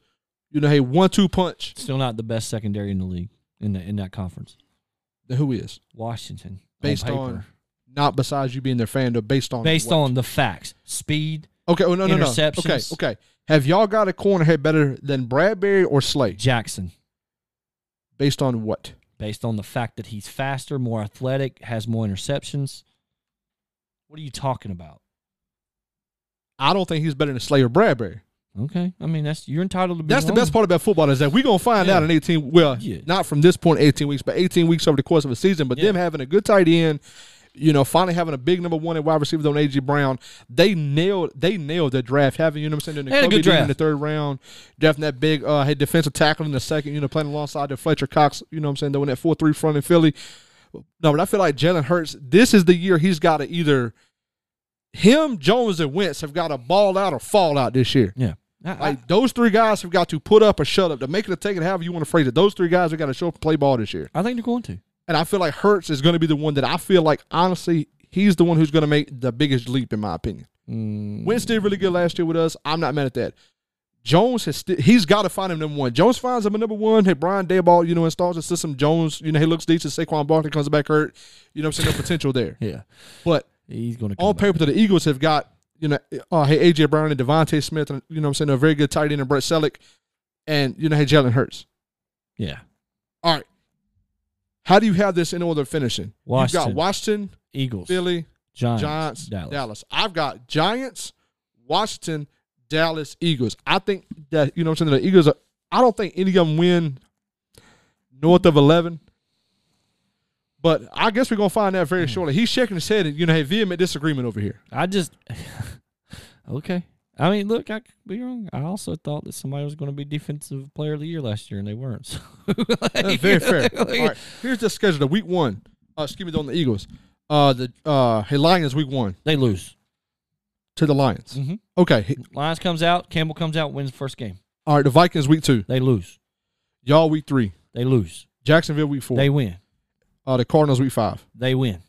Speaker 3: you know, hey one-two punch.
Speaker 4: Still not the best secondary in the league in the in that conference.
Speaker 3: Then Who is
Speaker 4: Washington, on
Speaker 3: based on,
Speaker 4: paper.
Speaker 3: not besides you being their fan, though, based on
Speaker 4: based
Speaker 3: what?
Speaker 4: on the facts, speed,
Speaker 3: Okay, well, no, no, no. Okay,
Speaker 4: Interceptions.
Speaker 3: okay. Have y'all got a corner head better than Bradbury or Slay?
Speaker 4: Jackson.
Speaker 3: Based on what?
Speaker 4: Based on the fact that he's faster, more athletic, has more interceptions. What are you talking about?
Speaker 3: I don't think he's better than Slay or Bradbury.
Speaker 4: Okay, I mean that's you're entitled to be.
Speaker 3: That's the
Speaker 4: wrong.
Speaker 3: best part about football is that we're gonna find
Speaker 4: Yeah.
Speaker 3: out in eighteen. Well,
Speaker 4: Yeah.
Speaker 3: not from this point eighteen weeks, but eighteen weeks over the course of a season. But them
Speaker 4: Yeah.
Speaker 3: having a good tight end, you know, finally having a big number one at wide receiver on AJ Brown, they nailed they nailed their draft. Having you know what I'm saying,
Speaker 4: They had a good
Speaker 3: Nakobe Dean in
Speaker 4: draft.
Speaker 3: the third round, drafting that big uh hey, defensive tackle in the second, you know, playing alongside the Fletcher Cox, you know what I'm saying, doing that four three front in Philly. No, but I feel like Jalen Hurts, this is the year he's gotta either him, Jones, and Wentz have got to ball out or fall out this year.
Speaker 4: Yeah, I- I-
Speaker 3: Like those three guys have got to put up or shut up to make it or take it, however you want to phrase it. Those three guys have got to show up and play ball this year.
Speaker 4: I think they're going to.
Speaker 3: And I feel like Hertz is going to be the one that I feel like honestly he's the one who's going to make the biggest leap in my opinion. Wentz did really good last year with us. I'm not mad at that. Jones has sti- he's got to find him number one. Jones finds him a number one. Hey, Brian Dayball, you know, installs a system. Jones, you know, he looks decent. Saquon Barkley comes back hurt. You know, what I'm saying the potential there.
Speaker 4: Yeah,
Speaker 3: But
Speaker 4: he's going to.
Speaker 3: on paper that the Eagles have got, you know, oh, hey, AJ Brown and Devontae Smith, and you know what I'm saying, a very good tight end and Brett Selleck, and you know, hey, Jalen Hurts.
Speaker 4: Yeah,
Speaker 3: All right. How do you have this in order of finishing? You've
Speaker 4: Washington.
Speaker 3: got Washington,
Speaker 4: Eagles,
Speaker 3: Philly,
Speaker 4: Giants,
Speaker 3: Giants,
Speaker 4: Dallas.
Speaker 3: Dallas. I've got Giants, Washington, Dallas, Eagles. I think that you know what I'm saying. The Eagles. Are, I don't think any of them win north of eleven. But I guess we're gonna find out very shortly. He's shaking his head and you know, hey, vehement disagreement over here.
Speaker 4: I just okay. I mean, look, I could be wrong. I also thought that somebody was going to be defensive player of the year last year, and they weren't. So,
Speaker 3: That's very fair.
Speaker 4: like-
Speaker 3: All right, here's the schedule. The week one, uh, excuse me, on the Eagles, uh, the uh, hey Lions week one
Speaker 4: They lose.
Speaker 3: to the Lions.
Speaker 4: Mm-hmm.
Speaker 3: Okay, he-
Speaker 4: Lions comes out. Campbell comes out. Wins the first game.
Speaker 3: all right. The Vikings week two,
Speaker 4: They lose.
Speaker 3: y'all week three,
Speaker 4: They lose.
Speaker 3: Jacksonville week four,
Speaker 4: They win.
Speaker 3: uh, the Cardinals week five,
Speaker 4: They win.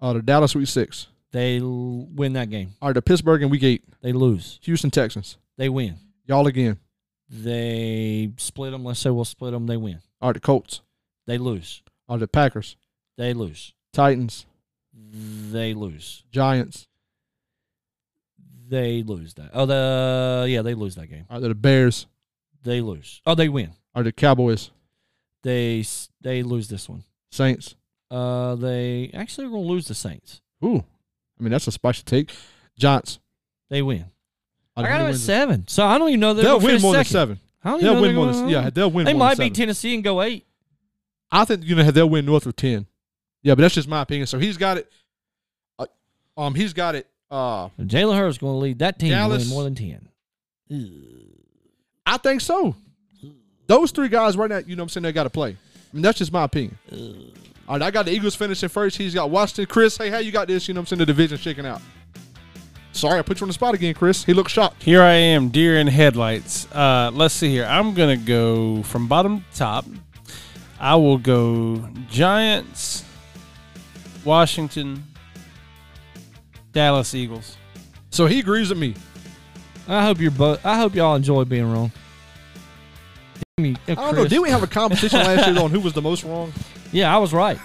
Speaker 3: uh, the Dallas week six,
Speaker 4: They l- win that game.
Speaker 3: all right, the Pittsburgh in week eight,
Speaker 4: They lose.
Speaker 3: Houston Texans,
Speaker 4: They win.
Speaker 3: y'all again,
Speaker 4: They split them. Let's say we'll split them. They win.
Speaker 3: all right, the Colts,
Speaker 4: They lose.
Speaker 3: all right, the Packers,
Speaker 4: They lose.
Speaker 3: Titans,
Speaker 4: They lose.
Speaker 3: Giants,
Speaker 4: They lose that. Oh, the yeah, they lose that game.
Speaker 3: all right, the Bears,
Speaker 4: They lose. Oh, they win.
Speaker 3: all right, the Cowboys,
Speaker 4: They s- they lose this one.
Speaker 3: Saints.
Speaker 4: Uh, they actually are going to lose the Saints.
Speaker 3: Ooh, I mean that's a spicy take. Giants,
Speaker 4: They win.
Speaker 3: all
Speaker 4: I
Speaker 3: right,
Speaker 4: got
Speaker 3: who
Speaker 4: them at
Speaker 3: wins it?
Speaker 4: seven, so I don't even know they're
Speaker 3: They'll
Speaker 4: gonna
Speaker 3: win
Speaker 4: finish
Speaker 3: more than
Speaker 4: second.
Speaker 3: seven.
Speaker 4: I don't even
Speaker 3: They'll
Speaker 4: know
Speaker 3: win
Speaker 4: they're
Speaker 3: more than
Speaker 4: gonna-
Speaker 3: yeah. They'll win.
Speaker 4: They
Speaker 3: more
Speaker 4: might
Speaker 3: than seven.
Speaker 4: be Tennessee and go eight.
Speaker 3: I think you know they'll win north of ten. Yeah, but that's just my opinion. So he's got it. Uh, um, he's got it. Uh,
Speaker 4: Jalen Hurts going to lead that team to win
Speaker 3: Dallas.
Speaker 4: more than ten.
Speaker 3: I think so. Those three guys right now, you know, what I'm saying they got to play. I mean, that's just my opinion. All right, I got the Eagles finishing first. He's got Washington. Chris, hey, how you got this? You know, what I'm saying the division shaking out. Sorry, I put you on the spot again, Chris. He looked shocked.
Speaker 2: Here I am, deer in headlights. Uh, let's see here. I'm gonna go from bottom to top. I will go Giants, Washington, Dallas Eagles.
Speaker 3: So he agrees with me.
Speaker 4: I hope you're both. I hope y'all enjoy being wrong. Damn you,
Speaker 3: I don't know. Did we have a competition last year on who was the most wrong?
Speaker 4: Yeah, I was right.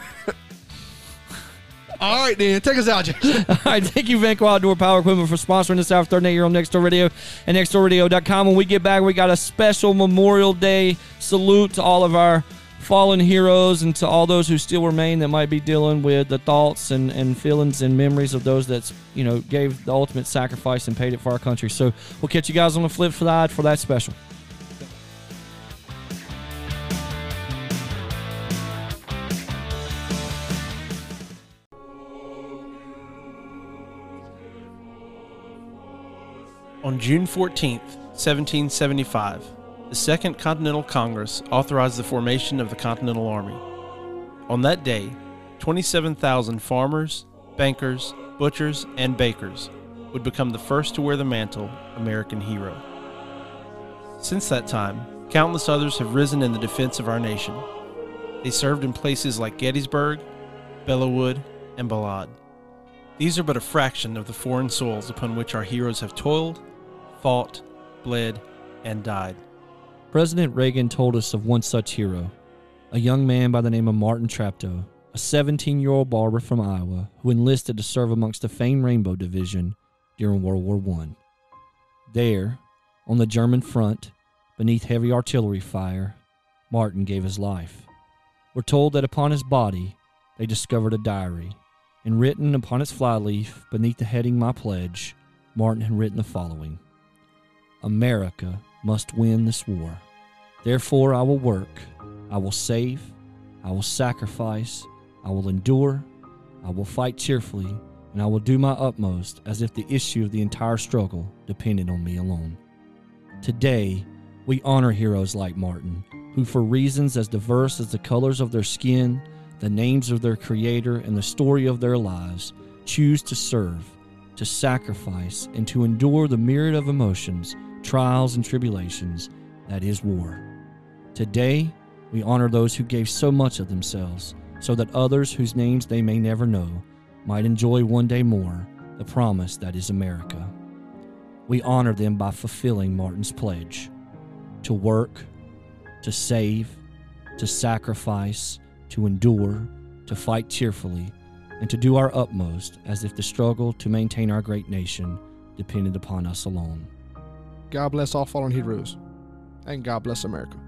Speaker 3: All right, then take us out, Jason.
Speaker 4: All right, thank you, Vanco Outdoor Power Equipment, for sponsoring this hour of 38 year old Next Door Radio and nextdoorradio.com. When we get back, we got a special Memorial Day salute to all of our fallen heroes and to all those who still remain that might be dealing with the thoughts and, and feelings and memories of those that's you know, gave the ultimate sacrifice and paid it for our country. So we'll catch you guys on the flip side for that special.
Speaker 2: On June 14, 1775, the Second Continental Congress authorized the formation of the Continental Army. On that day, 27,000 farmers, bankers, butchers, and bakers would become the first to wear the mantle American hero. Since that time, countless others have risen in the defense of our nation. They served in places like Gettysburg, Bellawood, and Balad. These are but a fraction of the foreign soils upon which our heroes have toiled, fought, bled, and died.
Speaker 4: President Reagan told us of one such hero, a young man by the name of Martin Trapto, a 17 year old barber from Iowa who enlisted to serve amongst the famed Rainbow Division during World War I. There, on the German front, beneath heavy artillery fire, Martin gave his life. We're told that upon his body, they discovered a diary, and written upon its flyleaf, beneath the heading My Pledge, Martin had written the following. America must win this war. Therefore, I will work, I will save, I will sacrifice, I will endure, I will fight cheerfully, and I will do my utmost as if the issue of the entire struggle depended on me alone. Today, we honor heroes like Martin, who, for reasons as diverse as the colors of their skin, the names of their creator, and the story of their lives, choose to serve, to sacrifice, and to endure the myriad of emotions, trials, and tribulations that is war. Today, we honor those who gave so much of themselves so that others whose names they may never know might enjoy one day more the promise that is America. We honor them by fulfilling Martin's pledge to work, to save, to sacrifice, to endure, to fight cheerfully, and to do our utmost as if the struggle to maintain our great nation depended upon us alone.
Speaker 3: God bless all fallen heroes, and God bless America.